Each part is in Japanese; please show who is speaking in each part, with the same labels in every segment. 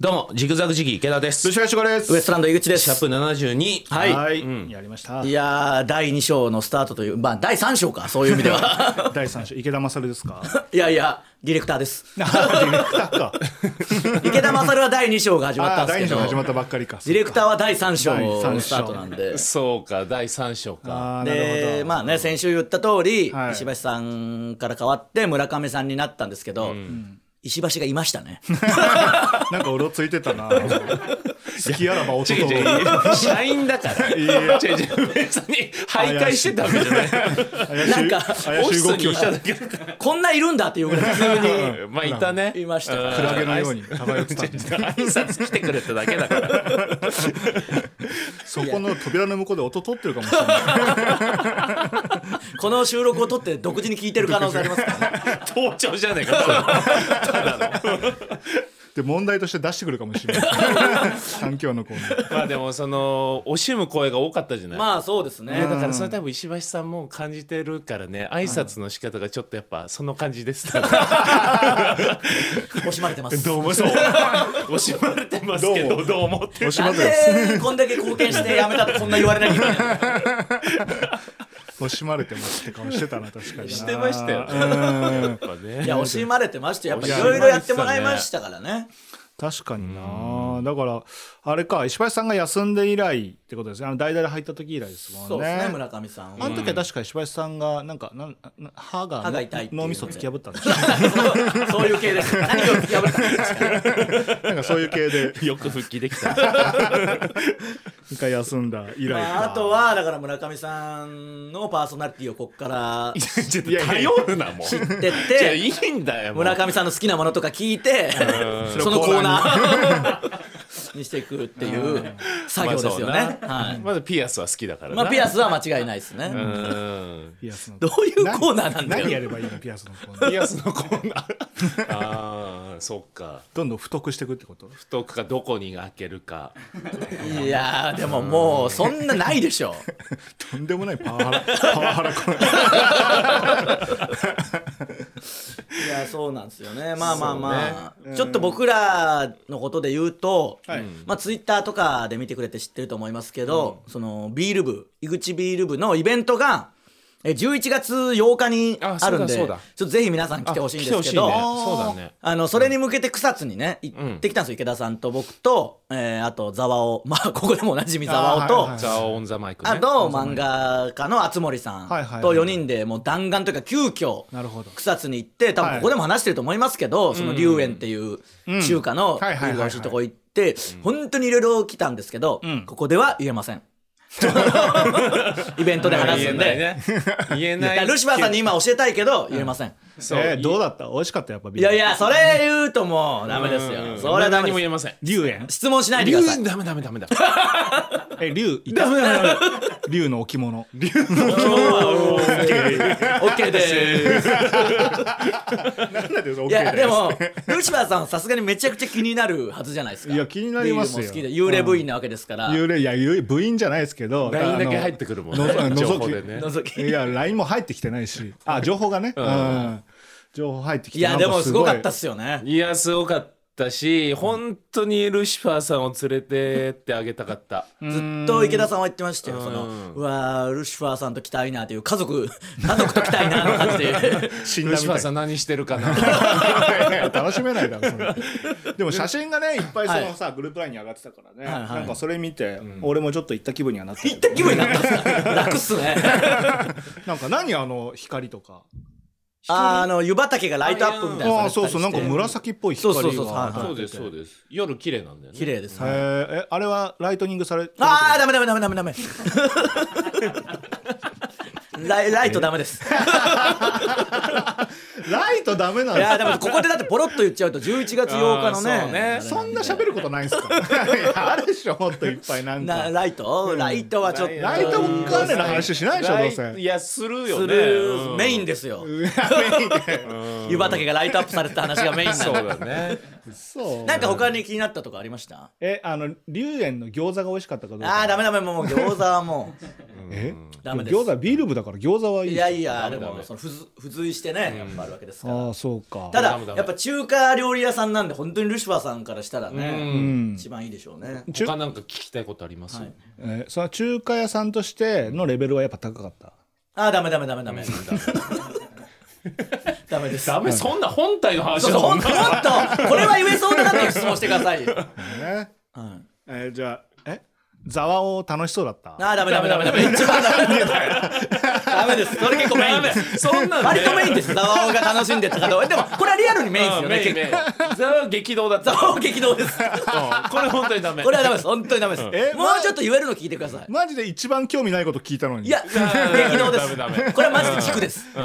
Speaker 1: どうもジグザグジギー池田です
Speaker 2: 吉川志です
Speaker 3: ウエストランド井口で
Speaker 1: シャー
Speaker 3: す
Speaker 1: プ72
Speaker 3: はい
Speaker 2: うんやりました
Speaker 3: いやー第2章のスタートというまあ第3章かそういう意味では
Speaker 2: 第三章池田勝ですか
Speaker 3: いやいやディレクターです
Speaker 2: ディレクターか
Speaker 3: 池田勝は第2章が始まった
Speaker 2: あー
Speaker 3: んです
Speaker 2: 第
Speaker 3: け
Speaker 2: 二
Speaker 3: ど
Speaker 2: 章始まったばっかりか
Speaker 3: ディレクターは第3章
Speaker 2: 第三章
Speaker 3: のスタートなんで
Speaker 1: そうか第3章か
Speaker 2: あーなるほ
Speaker 3: で
Speaker 2: ど
Speaker 3: まあね先週言った通り、
Speaker 2: はい
Speaker 3: 石橋さんから変わって村上さんになったんですけど、石橋がいましたね
Speaker 2: なんかうろついてたな好きあらば音と
Speaker 1: 違う違う社員だから違う
Speaker 2: いやいや
Speaker 1: 違う別に徘徊してたわけじゃない
Speaker 2: 怪しい
Speaker 3: なんか
Speaker 1: オ
Speaker 2: 怪
Speaker 1: フィ
Speaker 2: しい
Speaker 1: ス
Speaker 2: 動き
Speaker 1: に
Speaker 2: を
Speaker 1: い
Speaker 2: したた
Speaker 1: だけだ
Speaker 3: こんないるんだっていうぐらい普通に
Speaker 1: うんまあいたね
Speaker 3: いましたから
Speaker 1: ん
Speaker 3: ク
Speaker 2: ラゲのように漂ってた
Speaker 1: 挨拶来てくれただけだから
Speaker 2: そこの扉の向こうで音取ってるかもしれない
Speaker 3: この収録を撮って独自に聞いてる可能性ありますからね
Speaker 1: 盗聴じゃねえ か
Speaker 2: で問題として出してくるかもしれない環境のコーナー
Speaker 1: まあでもその惜しむ声が多かったじゃない
Speaker 3: まあそうですね
Speaker 1: ね、だからそれ多分石橋さんも感じてるからね挨拶の仕方がちょっとやっぱその感じ です
Speaker 3: 惜しまれてます
Speaker 1: どうもそう惜しまれてますけ
Speaker 2: ど
Speaker 1: ど
Speaker 2: うも
Speaker 1: どう思って
Speaker 2: 惜し
Speaker 3: な
Speaker 2: ま
Speaker 3: ん
Speaker 2: れてま
Speaker 3: でこんだけ貢献してやめたってこんな言われなきゃいけないの
Speaker 2: 惜しまれてますって顔してたな確かにな
Speaker 1: してましたよ
Speaker 2: うん
Speaker 1: やっぱね
Speaker 3: いや惜しまれてましてやっぱい
Speaker 2: 惜しま
Speaker 3: ろ
Speaker 2: れてましたね
Speaker 3: いろやってもらいましたからね
Speaker 2: 確かになだからあれか石橋さんが休んで以来ってことですねあの代打で入った時以来ですもんね
Speaker 3: そうですね村上さん
Speaker 2: あ
Speaker 3: は
Speaker 2: の時は確か石橋さんがなんかなんな歯が
Speaker 3: 歯が痛いっていうね
Speaker 2: 脳みそ突き破ったんですよ
Speaker 3: そういう系です何を突き破ったんですかね
Speaker 2: なんかそういう系で
Speaker 1: よく復帰できた
Speaker 2: 一回休んだ以来
Speaker 3: まあ、
Speaker 2: か
Speaker 3: あ とはだから村上さんのパーソナリティをこっから知
Speaker 1: ちょっと
Speaker 2: いやいや
Speaker 1: 頼るなもう
Speaker 3: っ
Speaker 1: じゃあ
Speaker 3: て
Speaker 1: い
Speaker 3: って
Speaker 1: いんだよもう
Speaker 3: 村上さんの好きなものとか聞いて
Speaker 2: うん
Speaker 3: そのコーナー にしていくっていう作業ですよね。
Speaker 1: まあそうな
Speaker 3: はい
Speaker 1: まだピアスは好きだからな
Speaker 3: まあピアスは間違いないですね。
Speaker 1: うん
Speaker 2: ピアスの
Speaker 3: どういうコーナーなんだ
Speaker 2: 何
Speaker 3: よ
Speaker 2: やればいいのピアスのコーナー
Speaker 1: ピアスのコーナーああそっか
Speaker 2: どんどん太くしていくってこと
Speaker 1: 太くかどこに開けるか
Speaker 3: いやーでももうそんなないでしょ
Speaker 2: とんでもないパワハラ パワハラコーナー
Speaker 3: いやそうなんですよねまあまあまあ、ちょっと僕らのことで言うと、まあ、ツイッターとかで見てくれて知ってると思いますけど、そのビール部井口ビール部のイベントがえ11月8日に
Speaker 1: あ
Speaker 3: あるんで
Speaker 1: そうだそうだ
Speaker 3: ちょっとぜひ皆さん来てほしいんですけど、
Speaker 1: あ来てほしいねそうだね
Speaker 3: あのそれに向けて草津にね行ってきたんですよ、池田さんと僕と、えーあとざわおまあここでもおなじみざわおと。
Speaker 2: あーはいはい
Speaker 1: ザワオンザマイクね
Speaker 3: あと漫画家の熱森さん
Speaker 2: はいはいはい
Speaker 3: と4人でもう弾丸というか急遽
Speaker 2: なるほど
Speaker 3: 草津に行って多分ここでも話してると思いますけど、その龍園っていう中華
Speaker 2: は
Speaker 3: の
Speaker 2: いはいはいはい
Speaker 3: 美味しいとこ行って本当にいろいろ来たんですけど、ここでは言えませんイベントで話す
Speaker 1: 言
Speaker 3: んで、
Speaker 1: えないね言え
Speaker 3: だ
Speaker 1: な
Speaker 3: から
Speaker 1: い
Speaker 3: ルシファーさんに今教えたいけど言えません、
Speaker 1: そう
Speaker 2: えーどうだった美味しかったやっぱビ
Speaker 3: い
Speaker 2: ール
Speaker 3: やいやそれ言うともうダメです
Speaker 1: う
Speaker 3: よ
Speaker 1: ん
Speaker 3: それはダ
Speaker 1: 何
Speaker 3: メ
Speaker 1: も言え
Speaker 3: です
Speaker 1: ません
Speaker 2: 龍園
Speaker 3: 質問しないでください
Speaker 1: ダメダメダメだ
Speaker 2: え龍いた 龍の置物龍
Speaker 3: オッケーオッケーです
Speaker 2: なんだよ
Speaker 3: いやでもルシファーさんはさすがにめちゃくちゃ気になるはずじゃないですか
Speaker 2: いや気になりますよ
Speaker 3: ビールも好きで幽霊部員なわけですから、
Speaker 2: 幽霊いや幽霊部員じゃないですけど
Speaker 1: LINE だけ入ってくるもん
Speaker 2: のぞ
Speaker 1: ね
Speaker 2: のぞ
Speaker 1: 情報でね
Speaker 3: 覗き
Speaker 2: いや LINE も入ってきてないしあ情報がね、うん、情報入ってきて
Speaker 3: いやでもすごかったっ
Speaker 2: す
Speaker 3: すよね
Speaker 1: いやすごかったし本当にルシファーさんを連れてってあげたかった
Speaker 3: ずっと池田さんは言ってましたよそのうわールシファーさんと来たいなという家族 家族と来たいなの感じ で
Speaker 2: 死ん
Speaker 1: ル
Speaker 2: だ
Speaker 1: シ
Speaker 2: み
Speaker 1: ファ
Speaker 2: た
Speaker 1: ー
Speaker 2: い
Speaker 1: さん
Speaker 2: な
Speaker 1: 何してるかな
Speaker 2: 楽しめないだろそ れでも写真がねいっぱいそのさ、グループラインに上がってたからね、
Speaker 3: はいはい
Speaker 2: なんかそれ見て、俺もちょっと行った気分にはなったけど
Speaker 3: 行った気分になったんですか楽っすね
Speaker 2: なんか何あの光とか
Speaker 3: あーあの湯畑がライトアップみたいな
Speaker 2: あ
Speaker 3: の
Speaker 2: あ
Speaker 3: さ
Speaker 2: そ
Speaker 3: れ
Speaker 2: う
Speaker 3: て
Speaker 2: そ
Speaker 3: た
Speaker 2: うな
Speaker 3: りし
Speaker 2: ん
Speaker 3: て
Speaker 2: か紫っぽい光が
Speaker 3: そうそうそうはいはい
Speaker 1: そうですそうです夜綺麗なんだよね
Speaker 3: 綺麗です、
Speaker 2: え
Speaker 3: はい
Speaker 2: ーえあれはライトニングされてるってこと
Speaker 3: ああダメダメダメダメダメ ライライトダメです
Speaker 2: ライトダメなん
Speaker 3: い
Speaker 2: です
Speaker 3: や
Speaker 2: か
Speaker 3: でもここでだってポロッと言っちゃうと11月8日の
Speaker 1: あーそうね
Speaker 3: ね
Speaker 2: そんな喋ることないん すかいやあるでしょもっといっぱいなん
Speaker 3: な
Speaker 2: か
Speaker 3: ライト、ライトはちょっと
Speaker 2: ライト関連の話しないでしょどう
Speaker 1: ライい
Speaker 2: せ
Speaker 1: やするよ
Speaker 3: す
Speaker 1: ね
Speaker 3: る、
Speaker 1: うん
Speaker 3: メインですよ 湯畑がライトアップされてた話がメインなんで
Speaker 1: そうだね
Speaker 2: そう
Speaker 3: なんか他に気になったとかありました
Speaker 2: えあの龍園の餃子が美味しかったかどうか
Speaker 3: あーダメダメもう餃子はもう
Speaker 2: え
Speaker 3: ダメです
Speaker 2: 餃子はビール部だから餃子はいい
Speaker 3: い
Speaker 2: でしょ
Speaker 3: やいやで
Speaker 1: ダメダ
Speaker 3: も
Speaker 1: メ
Speaker 3: その付随付随してねやっぱあるわけですから、
Speaker 2: ああそうか
Speaker 3: た
Speaker 1: ダ
Speaker 3: だ
Speaker 1: メダメ
Speaker 3: やっぱ中華料理屋さんなんで本当にルシファーさんからしたら
Speaker 2: う
Speaker 3: ね、
Speaker 2: ん
Speaker 3: 一番いいでしょうね、
Speaker 2: 中
Speaker 1: 他なんか聞きたいことあります、
Speaker 3: はい
Speaker 2: えーその中華屋さんとしてのレベルはやっぱ高かった
Speaker 3: ああダメダメダメダメ ダメです
Speaker 1: ダメそんな本体の話
Speaker 3: そう
Speaker 1: だ
Speaker 3: そ
Speaker 1: も
Speaker 3: うほ
Speaker 1: ん
Speaker 3: ん
Speaker 1: な
Speaker 3: ともっとこれは言えそうだなっていう質問してください
Speaker 2: ね
Speaker 3: よ、はい
Speaker 2: えーじゃあえざわお楽しそうだった
Speaker 3: ああダメダメダメダメ一番ダメダメですそれ結構メインです
Speaker 1: そんなのね
Speaker 3: 割とメインですザワオが楽しんでたかどうかでもこれはリアルにメインです
Speaker 1: う
Speaker 3: よ
Speaker 1: んメ
Speaker 3: ね
Speaker 1: イン
Speaker 3: 結
Speaker 1: メインザワ激動だっ
Speaker 3: 構
Speaker 1: た
Speaker 3: ザワオ激動です
Speaker 1: うんこれ本当にダメ
Speaker 3: これはダメです本当にダメです
Speaker 2: え
Speaker 3: もうちょっと言えるの聞いてください
Speaker 2: マジで一番興味ないこと聞いたのに
Speaker 3: いや激動で
Speaker 1: ダメダ
Speaker 3: す
Speaker 1: メ
Speaker 3: これはマジで軸です
Speaker 1: うん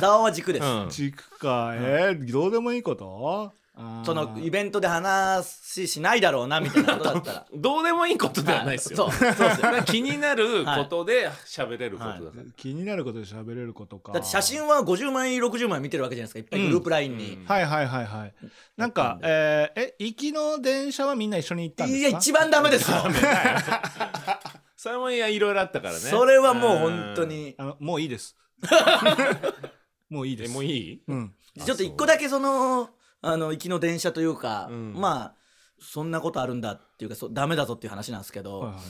Speaker 3: ザワオは軸です
Speaker 1: うん
Speaker 2: 軸かえーどうでもいいことあー
Speaker 3: そのイベントで話しないだろうなみたいなことだったら
Speaker 1: どうでもいいことではないですよ
Speaker 3: そうそうですよ
Speaker 1: 気になることで喋れることだから、
Speaker 2: 気になることで喋れることか
Speaker 3: だって写真は50枚60枚見てるわけじゃないですかいっぱいグループラインに、
Speaker 2: はいはいはいはいなんかえーえ行きの電車はみんな一緒に行ったんです
Speaker 3: い
Speaker 2: か
Speaker 3: や一番ダメですよ
Speaker 1: それもいやいろいろあったからね
Speaker 3: それはもう本当に
Speaker 2: あのもういい ですもういいで
Speaker 1: え
Speaker 2: す
Speaker 1: もういい
Speaker 2: うん
Speaker 1: あ
Speaker 3: ちょっと一個だけそのあの行きの電車というか、
Speaker 1: うん
Speaker 3: まあそんなことあるんだっていうかそうダメだぞっていう話なんですけど、
Speaker 2: はいはい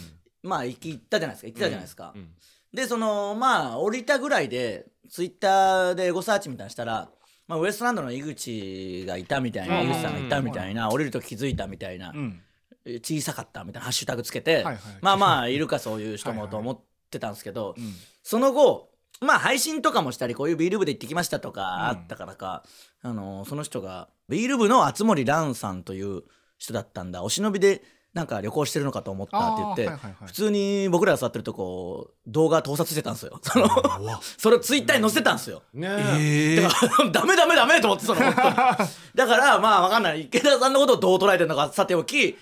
Speaker 3: まあ行き行ったじゃないですか行ってたじゃないですか、
Speaker 1: うん
Speaker 3: でそのまあ降りたぐらいでツイッターでエゴサーチみたいなのしたら、まあ、ウエストランドの井口がいたみたいな、
Speaker 1: うん
Speaker 3: 井口さんがいたみたいな、降りると気づいたみたいな、
Speaker 2: うん
Speaker 3: え小さかったみたいなハッシュタグつけて、
Speaker 2: はいはい
Speaker 3: ま あまあいるかそういう人
Speaker 2: はい
Speaker 3: も
Speaker 2: はい
Speaker 3: と思ってたんですけど、
Speaker 2: うん
Speaker 3: その後まあ配信とかもしたりこういうビール部で行ってきましたとかあったからか、あのその人がビール部の熱森蘭さんという人だったんだお忍びでなんか旅行してるのかと思ったって言って、
Speaker 2: あーはいはいはい
Speaker 3: 普通に僕らが座ってるとこ動画盗撮してたんですよその それをツイッターに載せてたんですよ。
Speaker 1: ねえ
Speaker 2: え
Speaker 3: だから ダメダメダメと思ってその本当にだからまあわかんない池田さんのことをどう捉えてるのかさておき
Speaker 1: い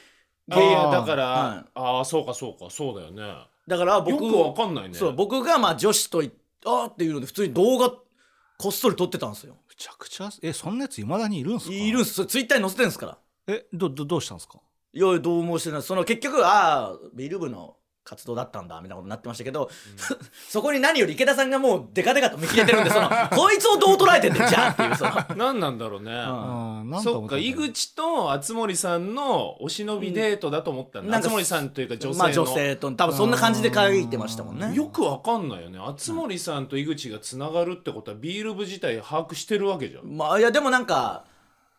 Speaker 1: やいやだから、
Speaker 3: はい
Speaker 1: ああそうかそうかそうだよね
Speaker 3: だから
Speaker 1: よ
Speaker 3: 僕
Speaker 1: くわかんないね
Speaker 3: そう僕がまあ女子といあーっていうので普通に動画こっそり撮ってたんですよ
Speaker 2: むちゃくちゃえそんなやついまだにいるんすか
Speaker 3: いるんすそれツイッターに載せてるんですから
Speaker 2: えどどどうしたんですか
Speaker 3: いやどうもしてないその結局ああビル部の活動だったんだみたいなことになってましたけど、 そこに何より池田さんがもうデカデカと見切れてるんで そのこいつをどう捉えてんねんじゃあっていうその
Speaker 1: 何なんだろうね、
Speaker 3: ん
Speaker 2: あーなんと
Speaker 1: そ
Speaker 2: 思
Speaker 1: ったか
Speaker 2: んだ
Speaker 1: 井口と熱森さんのお忍びデートだと思ったん
Speaker 3: うん
Speaker 1: だ、
Speaker 3: なんか
Speaker 1: 熱森さんというか女性の、
Speaker 3: まあ女性と多分そんな感じで書いてましたもんね
Speaker 1: よくわかんないよね熱森さんと井口がつながるってことはビール部自体把握してるわけじゃん
Speaker 3: まあいやでもなんか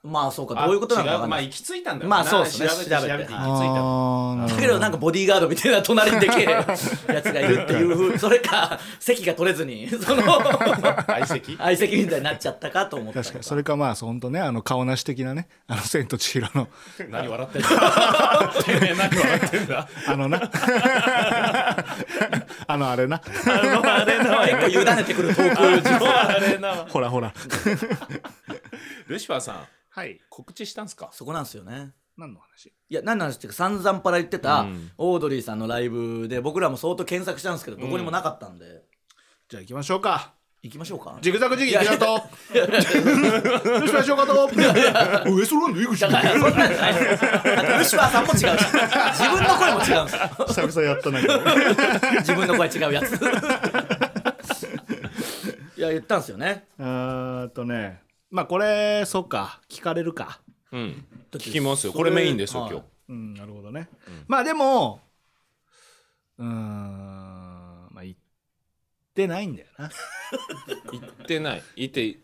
Speaker 3: まあそうかどういうことなのかわ
Speaker 1: あ違
Speaker 3: か
Speaker 1: うんまあ
Speaker 3: ない
Speaker 1: 行き着いたんだろ
Speaker 3: まあそうっすね
Speaker 1: 調べて調べて
Speaker 3: 調
Speaker 1: 行
Speaker 3: べ
Speaker 1: き着い
Speaker 3: て
Speaker 1: た
Speaker 2: あーなる
Speaker 3: だ
Speaker 2: ほ
Speaker 3: け
Speaker 2: ど
Speaker 3: どなんかボディーガードみたいな隣に でけえやつがいるっていうふうそれか席が取れずにその
Speaker 1: 相席
Speaker 3: 相席みたいになっちゃったかと思ったり
Speaker 2: 確
Speaker 3: と
Speaker 2: かにそれかまあそうほんとねあの顔なし的なねあの「千と千尋」の
Speaker 1: 何笑ってんだてめえ何笑ってんだ
Speaker 2: あの な あのあれな
Speaker 1: あれな
Speaker 3: 結構委ねてくるトーク
Speaker 1: あれな
Speaker 2: ほらほら
Speaker 1: ルシファーさん
Speaker 2: はい
Speaker 1: 告知したんすか
Speaker 3: そこなんですよね
Speaker 2: 何の話
Speaker 3: いや何なんですっていうか散々パラ言ってた、
Speaker 1: うん
Speaker 3: オードリーさんのライブで僕らも相当検索したんですけどどこにもなかったんで、
Speaker 2: じゃあ行きましょうか
Speaker 3: 行きましょうか
Speaker 2: ジグザグジギー池田とどうしましょうかとウエストランド井口
Speaker 3: だからそんなんじゃないですよだってルシファーさんも違うし自分の声も違うんですよ
Speaker 2: 久々やったなこれ
Speaker 3: 自分の声違うやついや言ったんですよね
Speaker 2: あーっとねまあこれそうか聞かれるか
Speaker 1: うん
Speaker 3: 聞
Speaker 1: 聞きますよこれメインですよ今日
Speaker 2: うんなるほどね、まあでもうーんまあ行ってないんだよな
Speaker 1: 行ってないいて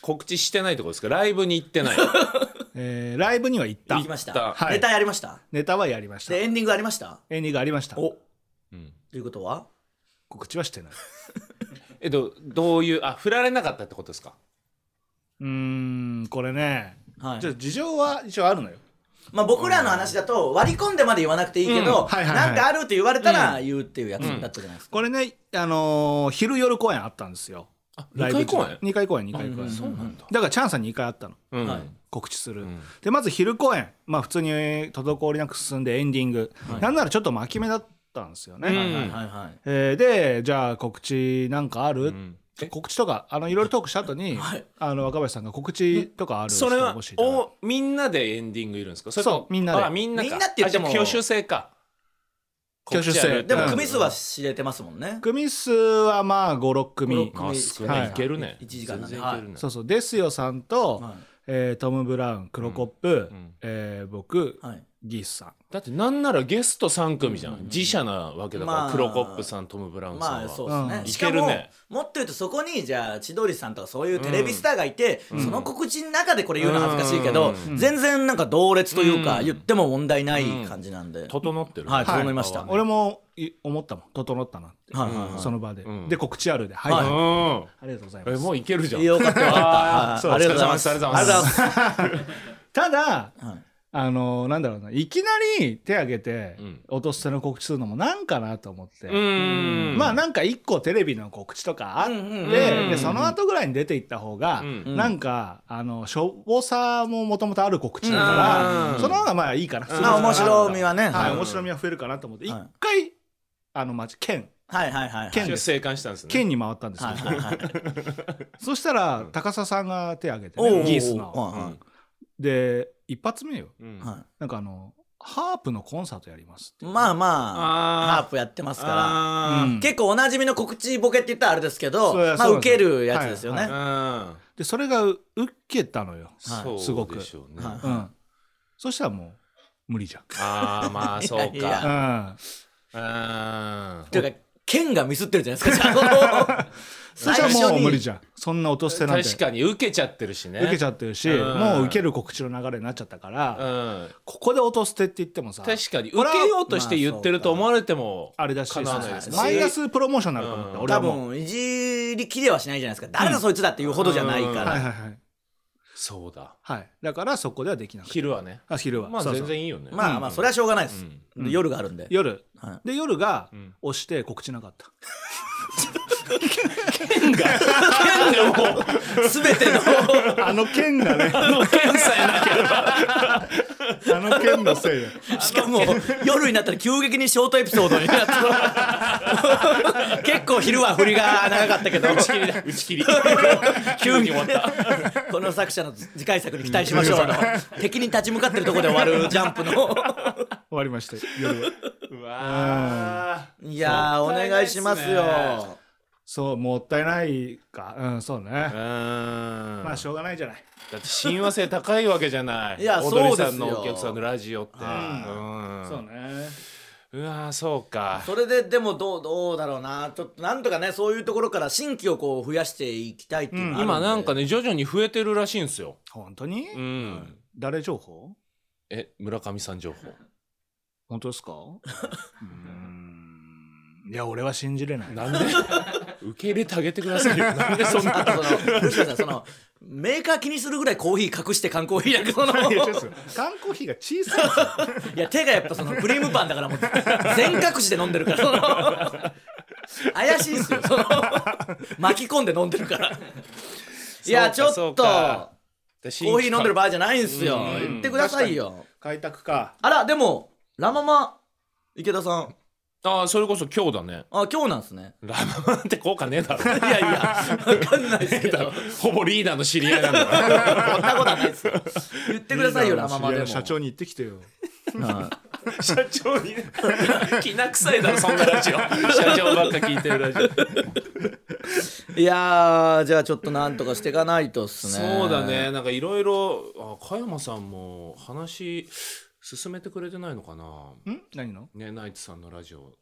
Speaker 1: 告知してないとこですかライブに行ってない
Speaker 2: えーライブには行った
Speaker 3: 行きまし
Speaker 1: だ
Speaker 3: た、
Speaker 2: はい
Speaker 3: ネタやりました
Speaker 2: ネタはやりました
Speaker 3: でエンディングありました
Speaker 2: エンディングありました
Speaker 3: お
Speaker 1: うん
Speaker 3: ということは
Speaker 2: 告知はしてない
Speaker 1: えっとどういうあ振られなかったってことですか
Speaker 2: うーんこれね、
Speaker 3: はい
Speaker 2: じゃあ事情は一応あるのよ
Speaker 3: まあ、僕らの話だと割り込んでまで言わなくていいけ
Speaker 1: うん
Speaker 3: ど、
Speaker 2: はいはいはい
Speaker 3: なんかあるって言われたら言うっていうやつだったじゃないですか、
Speaker 2: これねあのー昼夜公演あったんですよ
Speaker 1: あ
Speaker 2: ラ
Speaker 1: 二
Speaker 2: イブ
Speaker 1: 回公演
Speaker 2: ?2 回公演2回公演、
Speaker 1: そうなんだ
Speaker 2: だからチャンさん2回あったの
Speaker 1: うん
Speaker 3: はい
Speaker 2: 告知する、
Speaker 1: ん
Speaker 2: でまず昼公演まあ普通に滞りなく進んでエンディング、なんならちょっと巻き目だったんですよね、
Speaker 1: うん
Speaker 3: はいはいはい
Speaker 2: えーでじゃあ告知なんかある、
Speaker 1: んえ
Speaker 2: 告知とかあのいろいろトークした後に、
Speaker 3: はい
Speaker 2: あの若林さんが告知とかある
Speaker 1: それは
Speaker 2: 教えてもらう
Speaker 1: おみんなでエンディングいるんですかれと
Speaker 2: そうみんなで
Speaker 1: あみんなか
Speaker 3: みんなって言っても
Speaker 1: あじゃあ挙手制かこっち
Speaker 2: 挙手制
Speaker 1: やる
Speaker 3: でも
Speaker 2: うん
Speaker 3: 組数は知れてますもんね。
Speaker 2: 組数はまあ56
Speaker 3: 五六
Speaker 2: 組
Speaker 1: 組あ少ない、
Speaker 2: はい
Speaker 1: い、けるね
Speaker 3: 一時間なんで
Speaker 1: 全然いけるね
Speaker 2: そうそうですよさんと、
Speaker 3: は
Speaker 2: えートム・ブラウンクロコップ、
Speaker 1: ん
Speaker 2: えー僕、
Speaker 3: いはい
Speaker 2: ギースさん
Speaker 1: だってなんならゲスト3組じゃん、自社なわけだから、
Speaker 3: まあ
Speaker 1: クロコップさんトム・ブラウンさんは、
Speaker 3: まあそうですね、
Speaker 2: うん
Speaker 3: しか
Speaker 1: いける
Speaker 3: も、
Speaker 1: ね
Speaker 3: もっと言うとそこにじゃあ千鳥さんとかそういうテレビスターがいて、その告知の中でこれ言うの恥ずかしいけど、
Speaker 1: う
Speaker 3: 全然なんか同列というか、
Speaker 1: うん
Speaker 3: 言っても問題ない感じなんで、
Speaker 1: 整ってる、
Speaker 3: はい
Speaker 2: はい
Speaker 3: 整いました、
Speaker 2: 俺もい思ったもん整ったなって、
Speaker 3: はいはいはい
Speaker 2: その場で、
Speaker 1: うん
Speaker 2: で告知あるではい、
Speaker 3: は
Speaker 1: う
Speaker 3: い
Speaker 1: ん
Speaker 2: ありがとうござい
Speaker 1: え
Speaker 2: ます
Speaker 1: もういけるじゃん
Speaker 3: よかったよ
Speaker 1: あー
Speaker 3: かった
Speaker 1: そう
Speaker 3: はいありがとうございます
Speaker 1: お疲れ様です
Speaker 3: ありがとうございま す
Speaker 2: ただ
Speaker 3: はい
Speaker 2: あのーなんだろうないきなり手挙げて、
Speaker 1: うん
Speaker 2: 落とす手の告知するのもなんかなと思って、
Speaker 1: うん
Speaker 2: まあなんか一個テレビの告知とかあって、
Speaker 3: うんうんうん
Speaker 2: でその後ぐらいに出ていった方が、
Speaker 1: うん
Speaker 2: なんかあのしょぼさももともとある告知だから、
Speaker 1: うん
Speaker 2: その方がまあいいかな、普通に
Speaker 3: まあ面白みはね、
Speaker 2: は、
Speaker 3: はいい、
Speaker 2: 面白みは増えるかなと思って、一
Speaker 3: はい
Speaker 2: 回、あの、町、県、
Speaker 3: はいはいはいはい
Speaker 2: 県
Speaker 1: 一応生還したんですね
Speaker 2: 県に回ったんです
Speaker 3: はい
Speaker 2: け
Speaker 3: はい
Speaker 2: ど、
Speaker 3: はい
Speaker 2: そしたら、高佐さんが手挙げて
Speaker 3: お
Speaker 2: ね、
Speaker 3: ー
Speaker 2: ギースの。
Speaker 1: う
Speaker 3: はいはい
Speaker 1: ん
Speaker 2: で、一発目よ。
Speaker 1: うん
Speaker 3: はい
Speaker 2: なんかあの、ハープのコンサートやりますって。
Speaker 3: まあまあ
Speaker 1: あ
Speaker 3: ハープやってますから
Speaker 1: あ
Speaker 2: うん
Speaker 3: 結構おなじみの告知ボケって言ったらあれですけど
Speaker 2: そうや
Speaker 3: まあ
Speaker 2: そうなん
Speaker 3: 受
Speaker 2: ですよ
Speaker 3: けるやつですよね、
Speaker 2: は
Speaker 1: ーうん
Speaker 2: で、それが受けたのよ。
Speaker 3: はい
Speaker 2: すごく
Speaker 1: そうでしょうね
Speaker 3: はい
Speaker 2: うん。そしたらもう、無理じ ゃん。
Speaker 1: ああまあそう
Speaker 3: いやいや
Speaker 1: か
Speaker 2: うん、
Speaker 1: うん
Speaker 3: というか剣がミスってるじゃないですかじゃあ
Speaker 2: そ
Speaker 3: 最
Speaker 2: した
Speaker 3: 初
Speaker 2: らもう
Speaker 3: に
Speaker 2: 無理じゃんそんな落としてなんて
Speaker 1: 確
Speaker 2: 受
Speaker 1: かに受けちゃってるしね
Speaker 2: けち
Speaker 1: ゃ
Speaker 2: ゃってるし、
Speaker 1: うん
Speaker 2: もう受ける告知の流れになっちゃったから、
Speaker 1: うん
Speaker 2: ここで落としてって言ってもさ
Speaker 1: 確かに受けようとして言ってると思われても
Speaker 2: あれだし
Speaker 1: 叶わないです
Speaker 3: ね
Speaker 2: マイナスプロモーションになると思った、
Speaker 1: うん
Speaker 2: 俺
Speaker 3: 多
Speaker 2: はもう
Speaker 3: 分いじりきれはしないじゃないですか誰だそいつだっていうほどじゃないか
Speaker 1: うん
Speaker 2: はい
Speaker 3: ら
Speaker 2: はいはい
Speaker 1: そうだ
Speaker 2: はいだからそこではできなくて
Speaker 1: 昼はね
Speaker 2: あ昼は、
Speaker 1: まあ
Speaker 2: そうそう
Speaker 1: 全然いいよね
Speaker 3: まあまあそれはしょうがないです
Speaker 2: うん
Speaker 3: 夜があるんで
Speaker 2: 夜
Speaker 3: は
Speaker 2: で夜が
Speaker 1: うん
Speaker 2: 押して告知なかった、
Speaker 3: 剣がもう全て の
Speaker 2: あの件が ねあの件さえなければあの件のせいだ
Speaker 3: しかも夜になったら急激にショートエピソードになった 結構昼は振りが長かっ たけど
Speaker 1: 打ち切りだ打ち切り急に終わった
Speaker 3: この作者の次回作に期待しましょうあの敵に立ち向かってるところで終わるジャン プの
Speaker 2: 終わりました夜は
Speaker 1: うわ
Speaker 3: いやーお願いしますよ
Speaker 2: そうもったいないかうんそうね、
Speaker 1: ーうん
Speaker 2: まあしょうがないじゃない
Speaker 1: だって親和性高いわけじゃない
Speaker 3: いや
Speaker 1: オードリーさん
Speaker 3: そうですよ
Speaker 1: のお客さんのラジオって
Speaker 2: は
Speaker 1: う
Speaker 2: そうね
Speaker 1: んうわーそうか
Speaker 3: それででもどうどうだろうなちょっとなんとかねそういうところから新規をこう増やしていきたいっていうのがあるで
Speaker 1: 今なんかね徐々に増えてるらしいんですよ
Speaker 2: 本当に、
Speaker 1: うん
Speaker 2: 誰情報
Speaker 1: え村上さん情報
Speaker 2: 本当ですかうーんいや俺は信じれない
Speaker 1: なんで 受け入れてあげてください よなんでそんな
Speaker 3: あとその もしかしたらそのメーカー気にするぐらいコーヒー隠して缶コーヒーやけどその
Speaker 2: いやちょっと缶コーヒーが小さいんですよ
Speaker 3: いや手がやっぱそのクリームパンだからもう全隠しで飲んでるからその怪しいっすよその巻き込んで飲んでるからいやち
Speaker 1: そう
Speaker 3: ょ
Speaker 1: か
Speaker 3: っ
Speaker 1: そう
Speaker 3: とコ
Speaker 1: か
Speaker 3: ーヒ
Speaker 1: コ
Speaker 3: ー飲んでる場合じゃないんすよ
Speaker 1: うん
Speaker 3: 言ってくださいよ
Speaker 2: 開拓か
Speaker 3: あらでもラ・ママ池田さん
Speaker 1: ああそれこそ今日だね
Speaker 3: あ今日なんすね
Speaker 1: ラママンって効果ねえ だろ
Speaker 3: いやいやわかんないですけど
Speaker 1: ほぼリーダーの知り合いなんだから
Speaker 3: そんなことはないですよ。言ってくださいよ、ラママでも。
Speaker 2: 社長に言ってきてよ
Speaker 3: はい
Speaker 1: 社長にねきな臭いだろそんなラ ジオ社長ばっか聞いてるラジオ
Speaker 3: いやー、じゃあちょっとなんとかしていかないとっすね。
Speaker 1: そうだ。ねなんかいろいろあ加山さんも話進めてくれてないのかなん
Speaker 2: 何の
Speaker 1: ねナイツさんのラジオ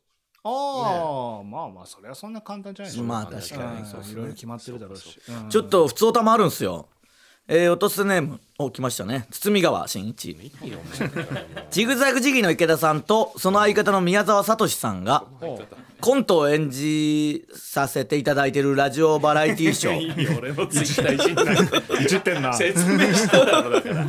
Speaker 2: ああ、まあまあそれはそんな簡単じゃないです
Speaker 3: まあ確かに。
Speaker 2: いろいろ決まってるだろうしうん
Speaker 3: ちょっと、普通歌もあるんすよ。えー、落とすネーム。お、来ましたね。堤川真一。
Speaker 1: いいよお前
Speaker 3: ジグザグジギーの池田さんと、その相方の宮沢聡さんが、
Speaker 1: 入っちゃった
Speaker 3: コントを演じさせていただいてるラジオバラエティーショー。
Speaker 1: いいよ俺のツイッターいじんない
Speaker 2: じってんな
Speaker 1: 説明しただろだから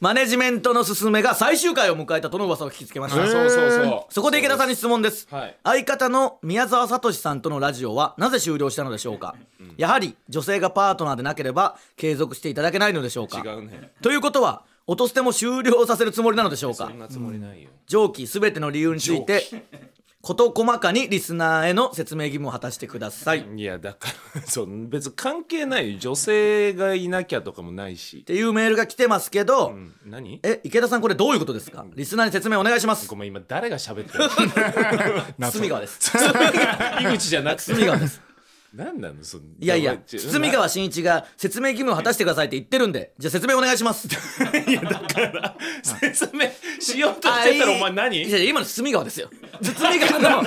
Speaker 3: マネジメントの勧めが最終回を迎えたとの噂を聞きつけました。
Speaker 1: あ そうそうそう
Speaker 3: そこで池田さんに質問です、
Speaker 1: はい
Speaker 3: 相方の宮沢聡さんとのラジオはなぜ終了したのでしょうか、やはり女性がパートナーでなければ継続していただけないのでしょうか
Speaker 1: 違うね
Speaker 3: ということは音捨ても終了させるつもりなのでしょう
Speaker 1: そ
Speaker 3: か
Speaker 1: んなつもりないよ
Speaker 3: 上記すべての理由について事細かにリスナーへの説明義務を果たしてください。っ
Speaker 1: いやだからそう別に関係ない女性がいなきゃとかもないして
Speaker 3: いうメールが来てますけど、
Speaker 1: うん何
Speaker 3: え池田さんこれどういうことですかリスナーに説明お願いします
Speaker 1: ごめん今誰が喋 ってる
Speaker 3: 堤川です
Speaker 1: 井口じゃなくて
Speaker 3: 堤川 です
Speaker 1: 何なのその
Speaker 3: いやいや
Speaker 1: ちょ
Speaker 3: 堤川真一が説明義務を果たしてくださいって言ってるんでじゃあ説明お願い します
Speaker 1: 説明しようとしてたらお前何
Speaker 3: いや今の堤川ですよ堤川の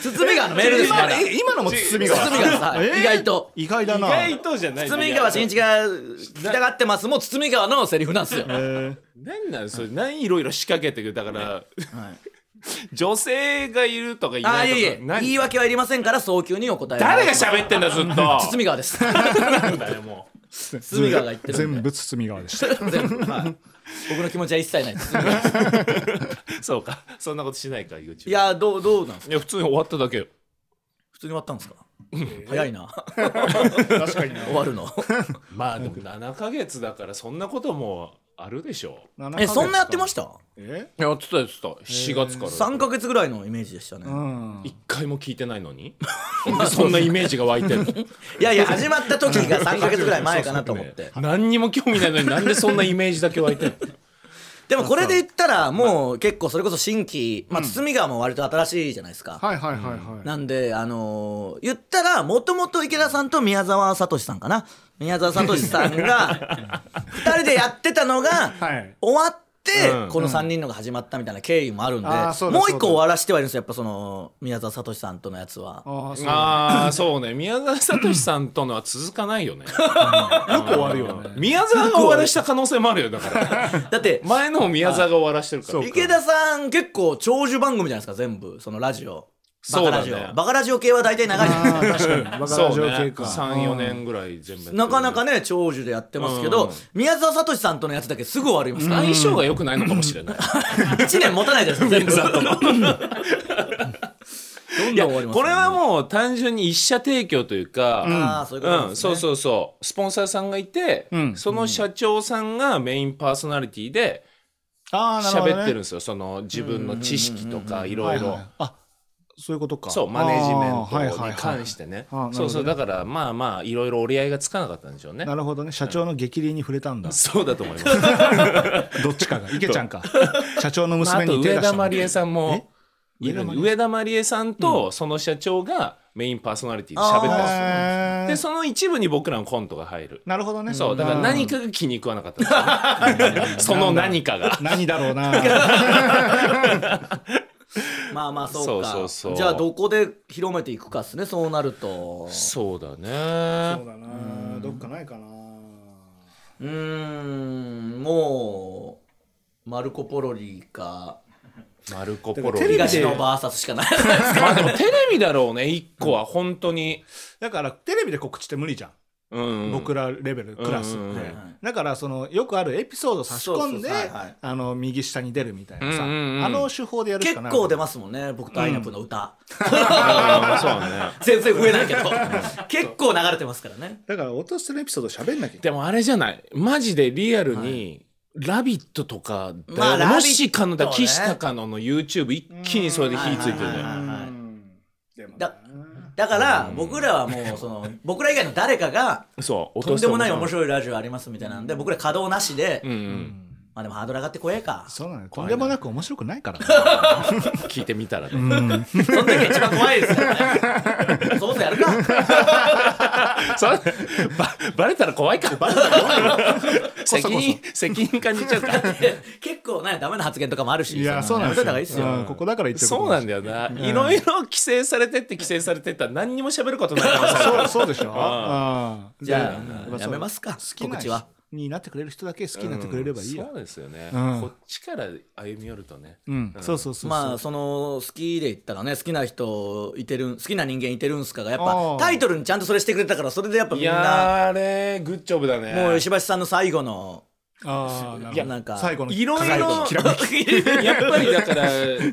Speaker 3: 堤川のメールです から
Speaker 2: え今のも堤川
Speaker 3: 堤川ですはい
Speaker 2: えー
Speaker 3: 意外と
Speaker 2: 意外だ
Speaker 1: 意
Speaker 2: な
Speaker 1: 外とじゃない
Speaker 3: 堤川真一が聞きたがってますもう堤川のセリフなんですよ
Speaker 2: えー
Speaker 1: 何なのそれ何いろいろ仕掛けてくるだから
Speaker 3: はい
Speaker 1: 女性がいるとかい
Speaker 3: あ
Speaker 1: な
Speaker 3: あ
Speaker 1: い
Speaker 3: い
Speaker 1: と
Speaker 3: え
Speaker 1: か
Speaker 3: いえ
Speaker 1: 何
Speaker 3: 言い訳はいりませんから早急にお答えを
Speaker 1: 誰が喋ってんだずっと
Speaker 3: 堤川です
Speaker 1: なんだよもう
Speaker 3: 堤川が言ってるん
Speaker 2: 全
Speaker 3: で
Speaker 2: 部堤川でした
Speaker 3: 全部はい僕の気持ちは一切ないです
Speaker 1: そうかそんなことしないか井口
Speaker 3: い
Speaker 1: い
Speaker 3: やどうどうなんですか
Speaker 1: いや普通に終わっただけよ
Speaker 3: 普通に終わったんですか早いな
Speaker 2: 確かにな
Speaker 3: 終わるの
Speaker 1: まあでも7ヶ月だからそんなこともあるでしょ
Speaker 3: えそんなやってました
Speaker 2: え
Speaker 1: うやってたやってた7月から
Speaker 3: 3か月ぐらいのイメージでしたね
Speaker 2: うん
Speaker 1: 一回も聞いてないのになんでそんなイメージが湧いて るの
Speaker 3: いやいや始まった時が3か月ぐらい前かなと 思って
Speaker 1: 何にも興味ないのになんでそんなイメージだけ湧いてる
Speaker 3: でもこれで言ったらもう結構それこそ新規まあ堤川も割と新しいじゃないですか
Speaker 2: はいはいはいはい
Speaker 3: なんで、あのー言ったらもともと池田さんと宮沢聡さんかな宮沢聡さんが2人でやってたのが、
Speaker 2: はい
Speaker 3: 終わっ
Speaker 1: う
Speaker 3: て、
Speaker 1: ん
Speaker 3: この3人のが始まったみたいな経緯もあるんで、
Speaker 2: うんあーそうだ
Speaker 3: もう
Speaker 2: そ
Speaker 3: 1
Speaker 2: うだ
Speaker 3: 個終わらしてはいるんですよやっぱその宮沢聡さんとのやつは。
Speaker 2: ああそう
Speaker 1: ああそうね宮沢聡さんとのは続かないよねよく終わるよね宮沢が終わらした可能性もあるよだ から
Speaker 3: だって
Speaker 1: 前のを宮沢が終わらしてるから
Speaker 3: 池田さん結構長寿番組じゃないですか全部そのラジオ。バ
Speaker 1: そう
Speaker 3: カ
Speaker 1: だ
Speaker 3: ラ
Speaker 1: ね
Speaker 3: ジオ、バカラジオ系は大体長いじゃないですか
Speaker 2: 確かにバカ
Speaker 1: そうね
Speaker 2: ラジオ系か
Speaker 1: 34年ぐらい全部やってる
Speaker 3: なかなかね長寿でやってますけど、
Speaker 1: うん
Speaker 3: 宮沢聡さんとのやつだけすぐ終わりますから、
Speaker 1: 相性が良くないのかもしれない
Speaker 3: 1年持たないじゃな いですか全部どんどん終わります
Speaker 1: これはもう単純に一社提供というか、
Speaker 3: ああそういうことなん
Speaker 1: うん、
Speaker 3: です
Speaker 1: そ
Speaker 3: ね
Speaker 1: うそうそうスポンサーさんがいて、
Speaker 2: うん
Speaker 1: その社長さんがメインパーソナリティで
Speaker 2: ああなるほど
Speaker 1: 喋
Speaker 2: ね
Speaker 1: ってるんですよ、その自分の知識とかいろ
Speaker 2: はいいは
Speaker 1: ろ
Speaker 2: いあそういうことか
Speaker 1: そうマネジメン
Speaker 2: あー
Speaker 1: ト
Speaker 2: はいはいはい
Speaker 1: に関してね
Speaker 2: あーなるほどね
Speaker 1: そうそうだからまあまあいろいろ折り合いがつかなかったんでしょうね
Speaker 2: なるほどね社長の激励に触れたんだ
Speaker 1: そうだと思います
Speaker 2: どっちかが池ちゃんか社長の
Speaker 1: まあ、あ
Speaker 2: 娘
Speaker 1: と
Speaker 2: に手出
Speaker 1: 上
Speaker 2: した
Speaker 1: 田
Speaker 2: の
Speaker 1: まりえさんもいるんで
Speaker 2: え
Speaker 1: 上田まりえさんとその社長がメインパーソナリティで喋ったんですよ
Speaker 2: へー
Speaker 1: でその一部に僕らのコントが入る
Speaker 2: なるほどね
Speaker 1: そうだから何かが気に食わなかったんですよ ねその何かが
Speaker 2: 何だろうな
Speaker 3: まあまあそうか
Speaker 1: そうそうそう
Speaker 3: じゃあどこで広めていくかっすねそうなると
Speaker 1: そうだね
Speaker 2: だなどっかないかな
Speaker 3: うーんもうマルコ・ポロリか
Speaker 1: マルコ・ポロ
Speaker 2: テレ
Speaker 1: リ
Speaker 2: ビで
Speaker 3: 東野 VS しかない
Speaker 1: まあでもテレビだろうね一個は本当に
Speaker 2: だからテレビで告知って無理じゃん
Speaker 1: うん
Speaker 2: 僕らレベルクラスっ
Speaker 1: う
Speaker 2: て
Speaker 1: んうんうん
Speaker 3: はい
Speaker 2: だからそのよくあるエピソード差し込んで
Speaker 3: そうそうそうはいはい
Speaker 2: あの右下に出るみたいなさ
Speaker 1: うんうんうん
Speaker 2: あの手法でやるし
Speaker 3: 結
Speaker 2: かない
Speaker 3: 構出ますもんね僕とアイナップの歌、
Speaker 1: うんそうね
Speaker 3: 全然増えないけど 結構流れてますからね
Speaker 2: だから落としてるエピソード喋んなきゃいけ
Speaker 1: でもあれじゃないマジでリアルに「ラビット!」とかだよ
Speaker 3: まあラビット
Speaker 1: もしかのだ
Speaker 3: ね
Speaker 1: 岸高野の YouTube 一気にそれで火ついてる
Speaker 3: はいはい
Speaker 1: ね
Speaker 3: はい
Speaker 2: ないうんでもな
Speaker 3: だだから僕らはもうその僕ら以外の誰かが
Speaker 1: そう
Speaker 3: とんでもない面
Speaker 1: い
Speaker 3: 白いラジオありますみたいなんで僕ら稼働なしで、
Speaker 1: うんう
Speaker 2: うんん
Speaker 3: まあでもハードル上がってこえか
Speaker 2: そうなのよと
Speaker 1: 怖
Speaker 2: ん
Speaker 1: いな
Speaker 2: でもなく面白くないからね
Speaker 1: 聞いてみたらね
Speaker 2: うん
Speaker 3: その時が一番怖いですよね そもそもやるか
Speaker 1: そればバレたら怖いから 責任責任感じちゃうから
Speaker 3: 結構ねダメな発言とかもあるし
Speaker 2: いやそうなん
Speaker 3: や
Speaker 2: です
Speaker 3: めといた方がいいですよ、
Speaker 2: ようんここだから言ってる
Speaker 1: そうなん
Speaker 2: だ
Speaker 1: だよないろいろ規制されてって規制されてったら何にも喋ることないからさ
Speaker 2: そう そうでしょうん
Speaker 3: じゃあ、
Speaker 2: うん
Speaker 3: やめますか
Speaker 2: 好きな
Speaker 3: 告知は
Speaker 2: 人になってくれる人だけ好きになってくれればいいよ
Speaker 1: そうですよね
Speaker 2: うん
Speaker 1: こっちから歩み寄るとね
Speaker 2: うんそうそうそう
Speaker 3: ま
Speaker 2: そ
Speaker 3: あ
Speaker 2: う
Speaker 3: その好きで言ったらね好きな人いてる好きな人間いてるんすかがやっ
Speaker 2: あ
Speaker 3: ぱ
Speaker 2: ー
Speaker 3: タイトルにちゃんとそれしてくれたからそれでやっぱみ
Speaker 1: い
Speaker 3: んな
Speaker 1: やーあれグッジョブだね
Speaker 3: もう石橋さんの最後の
Speaker 2: ああなるほど
Speaker 1: いや
Speaker 3: なんか
Speaker 2: 最後の
Speaker 1: いろいろ
Speaker 2: 輝ききらめき
Speaker 1: やっぱりだから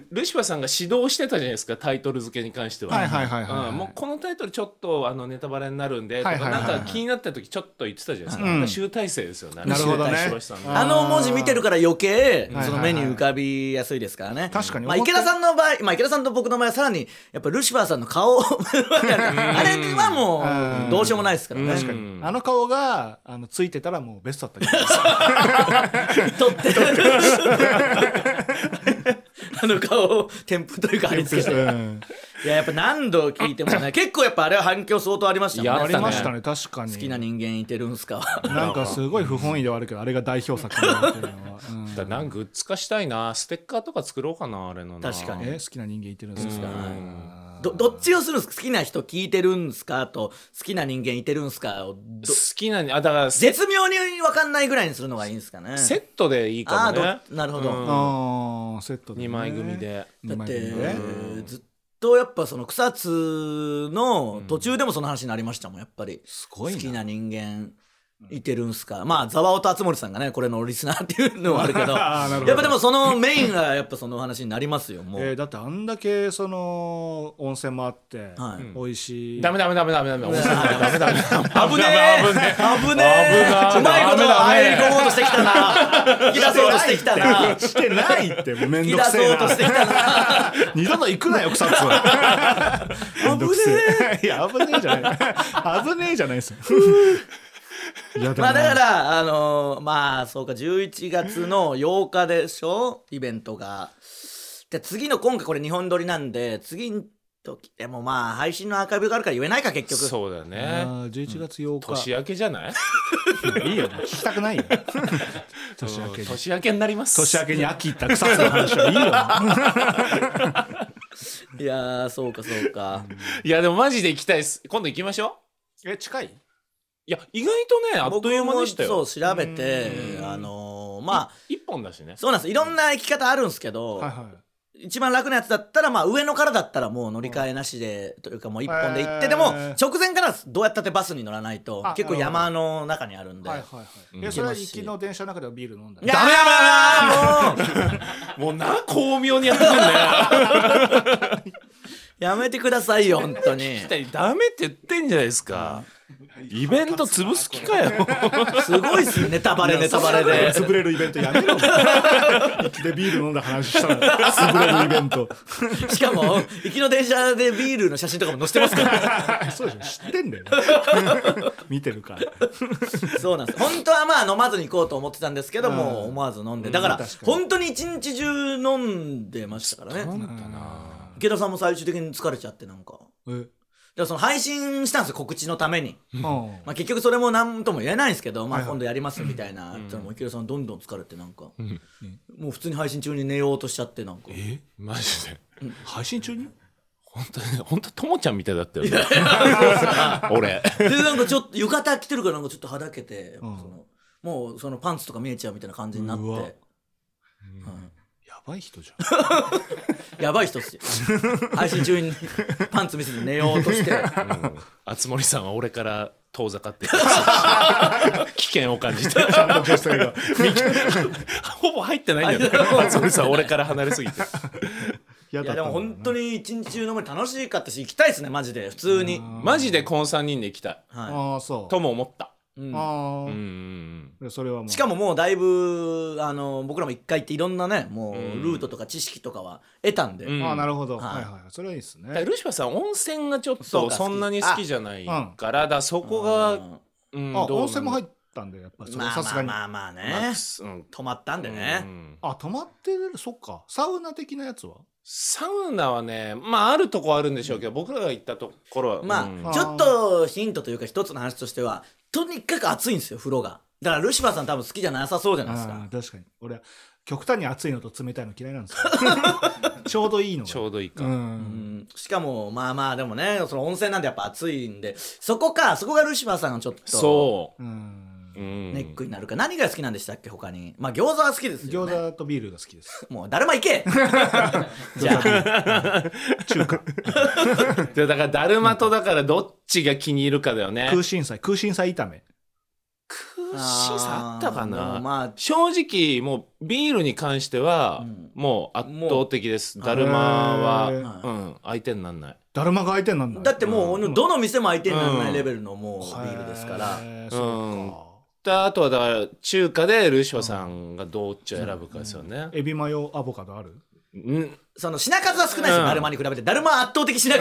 Speaker 1: ルシファーさんが指導してたじゃないですかタイトル付けに関しては。
Speaker 2: はいはいはいはい
Speaker 1: うんもうこのタイトルちょっとあのネタバレになるんでと
Speaker 2: はい
Speaker 1: か
Speaker 2: はいはい
Speaker 1: な
Speaker 2: は
Speaker 1: んか
Speaker 2: い
Speaker 1: 気になった時ちょっと言ってたじゃないです
Speaker 2: うん
Speaker 1: か。集大成ですよね。
Speaker 2: なるほどね
Speaker 1: 集大成さんの
Speaker 2: あー
Speaker 3: あの文字見てるから余計
Speaker 2: はいはいはい
Speaker 3: その目に浮かびやすいですからね
Speaker 2: 確かに
Speaker 3: まあ、池田さんの場合、まあ、池田さんと僕の場合はさらにやっぱルシファーさんの顔あれはも
Speaker 2: うん
Speaker 3: うどうしようもないですからね
Speaker 2: 確かにあの顔があのついてたらもうベストだったけど
Speaker 3: 撮ってるあの顔を添付というか貼り付けて
Speaker 2: うん
Speaker 3: いややっぱ何度聞いてもね結構やっぱあれは反響相当ありました
Speaker 1: や
Speaker 3: も
Speaker 1: あ
Speaker 2: あ
Speaker 3: ん
Speaker 2: り
Speaker 1: り
Speaker 3: ね
Speaker 2: ま
Speaker 1: ま
Speaker 2: し
Speaker 1: したた
Speaker 2: ね確かに
Speaker 3: 好きな人間いてるんすか
Speaker 2: なんかすごい不本意ではあるけどあれが代表作になるっていうのは、うん
Speaker 1: だからなんかグッズ化したいなステッカーとか作ろうかなあれのな
Speaker 3: 確かに
Speaker 2: え好きな人間いてるんですか
Speaker 1: うん
Speaker 3: どどっちをするんですか好きな人聞いてるんすかと好きな人間いてるんすかをど
Speaker 1: 好きなにあだからセ
Speaker 3: 絶妙に分かんないぐらいにするのがいいんですかね
Speaker 1: ットでいい
Speaker 3: あ
Speaker 1: か
Speaker 3: あ
Speaker 1: もね
Speaker 3: どなるほど、
Speaker 1: うん
Speaker 2: あーセットで、ね、
Speaker 1: 2枚組で
Speaker 2: 二
Speaker 3: だっ
Speaker 2: 枚
Speaker 3: て、
Speaker 2: 組でね
Speaker 1: うん
Speaker 3: ずっとやっぱその草津の途中でもその話になりましたもんやっぱり
Speaker 1: すごい
Speaker 3: 好
Speaker 1: な
Speaker 3: きな人間いてるんすかまあざわおと熱森さんがねこれのリスナーっていうのはあるけど
Speaker 2: あーなるほど
Speaker 3: やっぱでもそのメインがやっぱその話になりますよもう、
Speaker 2: えーだってあんだけその温泉もあって、
Speaker 3: はい
Speaker 2: 美味しい
Speaker 1: ダメダメダメダメダメ ダメダメダメ
Speaker 3: 危ねえ危ねえ危ね
Speaker 1: 危ね
Speaker 3: え
Speaker 1: え
Speaker 3: うまいこ
Speaker 1: ダメ
Speaker 3: と
Speaker 1: だね
Speaker 3: 入り込もうとしてきたな引き出そうとしてきたな
Speaker 2: してないってもうめ
Speaker 3: 引
Speaker 2: ん
Speaker 3: き
Speaker 2: ど
Speaker 3: 出
Speaker 2: くせえ
Speaker 3: そうと
Speaker 2: な
Speaker 3: してきたな
Speaker 2: 二度と行くなよ草津 めんどくせえいや危ねえじゃない危ねえじゃないです よいやでも
Speaker 3: まあだからあのーまあそうか11月の8日でしょイベントがで次の今回これ日本撮りなんで次の時でもまあ配信のアーカイブがあるから言えないか結局
Speaker 1: そうだね
Speaker 2: あー11月8日、
Speaker 1: 年明けじゃない
Speaker 2: いいよ聞きたくない よ年明けに
Speaker 1: 年明けになります
Speaker 2: 年明けに秋行った草津の話はいいよ
Speaker 3: いやーそうかそうか
Speaker 1: いやでもマジで行きたいです今度行きましょう
Speaker 2: え近い
Speaker 1: いや意外とねあっという間でした
Speaker 3: 僕も
Speaker 1: よ
Speaker 3: そう調べてあのーまあ
Speaker 1: 一本だしね
Speaker 3: そうなんですいろんな生き方あるんですけど、
Speaker 2: はいはい
Speaker 3: 一番楽なやつだったら、まあ、上野からだったらもう乗り換えなしで、というかもう一本で行って、
Speaker 2: へー
Speaker 3: でも直前からどうやったってバスに乗らないと
Speaker 2: あ
Speaker 3: 結構山の中にあるんで。
Speaker 2: はいはいはい、
Speaker 1: うん
Speaker 2: えそれは行きの電車の中ではビール飲んだ
Speaker 3: ダメだも
Speaker 1: もう
Speaker 3: う
Speaker 1: な巧妙にやってくんね
Speaker 3: やめてくださいよ本当に
Speaker 1: ダメって言ってんじゃないですかイベント潰す気かよ
Speaker 3: すごいっすネタバレネタバレで
Speaker 2: 潰れるイベントやめろ行きでビール飲んだ話したの潰れるイベント
Speaker 3: しかも行きの電車でビールの写真とかも載せてますから
Speaker 2: そうでしょ知ってんだよ見てるから
Speaker 3: そうなんです本当はまあ飲まずに行こうと思ってたんですけど、もう思わず飲んでだから
Speaker 2: うん確かに
Speaker 3: 本当に一日中飲んでましたからね池田さんも最終的に疲れちゃってなんか
Speaker 2: え
Speaker 3: でもその配信したんですよ告知のために、
Speaker 2: うん
Speaker 3: まあ、結局それも何とも言えないんですけど、ま
Speaker 2: は
Speaker 3: あ、
Speaker 2: いはい
Speaker 3: 今度やりますみたいな、でも池田さんどんどん疲れてなんか、
Speaker 1: ん
Speaker 3: もう普通に配信中に寝ようとしちゃってなんか
Speaker 1: えマジで
Speaker 2: 配信中に
Speaker 1: 本当に本当ともちゃんみたいだったよね 俺
Speaker 3: でなんかちょっと浴衣着てるからなんかちょっとはだけて、
Speaker 2: うん
Speaker 3: そのもうそのパンツとか見えちゃうみたいな感じになって、
Speaker 2: うわ
Speaker 3: は
Speaker 2: やばい人じゃん
Speaker 3: いやばい人っすよ配信中にパンツ見せて寝ようとして
Speaker 1: 熱森さんは俺から遠ざかって 危険を感じて
Speaker 2: 女性が
Speaker 1: ほぼ入ってないんだよね熱森さんは俺から離れすぎて
Speaker 2: や
Speaker 3: いやでも本当に一日中のむ楽しかったし行きたいですねマジで普通に、
Speaker 1: マジでこの3人で行きたい
Speaker 3: は
Speaker 2: ああそう
Speaker 1: とも思った
Speaker 3: いうん
Speaker 2: ああ、
Speaker 1: うんうんうん
Speaker 2: でそれはもう
Speaker 3: しか
Speaker 2: も
Speaker 3: ももうだいぶあの僕らも一回行っていろんなねもうルートとか知識とかは得たんで、
Speaker 1: うん
Speaker 2: ああなるほど、
Speaker 3: は
Speaker 2: はいい、はいはいそれはいいですね
Speaker 1: だからルシファーさん温泉がちょっ
Speaker 3: そう
Speaker 1: と
Speaker 3: か
Speaker 1: そんなに好きじゃないからだからそこが、
Speaker 3: うん
Speaker 1: うん
Speaker 2: あ
Speaker 1: どう
Speaker 2: 温泉も入
Speaker 1: っ
Speaker 2: ったんだよやっぱそれ
Speaker 3: まあ
Speaker 2: さす
Speaker 3: ま
Speaker 2: が
Speaker 3: あ
Speaker 2: に、
Speaker 3: まあまあ
Speaker 1: て
Speaker 3: ね
Speaker 1: うん
Speaker 3: 泊まったんでね、
Speaker 1: うん
Speaker 2: あ泊まってるそっかサウナ的なやつは
Speaker 1: サウナはねまああるとこあるんでしょうけど僕らが行ったところは
Speaker 3: まあ、
Speaker 1: うん
Speaker 2: あー
Speaker 3: ちょっとヒントというか一つの話としてはとにかく暑いんですよ風呂がだからルシファーさん多分好きじゃなさそうじゃないで
Speaker 2: あ
Speaker 3: すか
Speaker 2: あ確かに俺は極端に暑いのと冷たいの嫌いなんですよちょうどいいのが
Speaker 1: ちょうどいいか、
Speaker 2: うん
Speaker 3: うんしかもまあまあでもねその温泉なんでやっぱ暑いんでそこかそこがルシファーさんがちょっと
Speaker 1: そ
Speaker 2: うん
Speaker 1: う、うん、
Speaker 3: ネックになるか何が好きなんでしたっけ他にまあ餃子は好きですよ、
Speaker 2: 餃
Speaker 3: ね、
Speaker 2: 子とビールが好きです
Speaker 3: もう誰も行 けじゃあ
Speaker 2: 中華
Speaker 1: でだからだるまとだからどっちが気に入るかだよね
Speaker 2: 空心菜空心菜炒め
Speaker 1: しさあったか
Speaker 3: あーも
Speaker 1: な、
Speaker 3: うまあ
Speaker 1: 正直もうビールに関しては
Speaker 3: うん
Speaker 1: もう圧倒的です、だるまは、
Speaker 2: へ
Speaker 3: ー
Speaker 1: うん、相手になんない、
Speaker 2: だるまが相手になんない
Speaker 3: だっても
Speaker 1: う
Speaker 3: う、
Speaker 1: ん
Speaker 3: どの店も相手にならないレベルのもうビールですから。
Speaker 2: へー
Speaker 1: うん
Speaker 2: そ
Speaker 1: だあとはだから中華でルシファさんがどっちを選ぶかですよね
Speaker 2: っか、エビマヨアボカドある
Speaker 1: うん、
Speaker 3: その品数は少ないです
Speaker 1: う
Speaker 3: よ、
Speaker 1: ん
Speaker 3: だるまに比べて。だるまは圧倒的品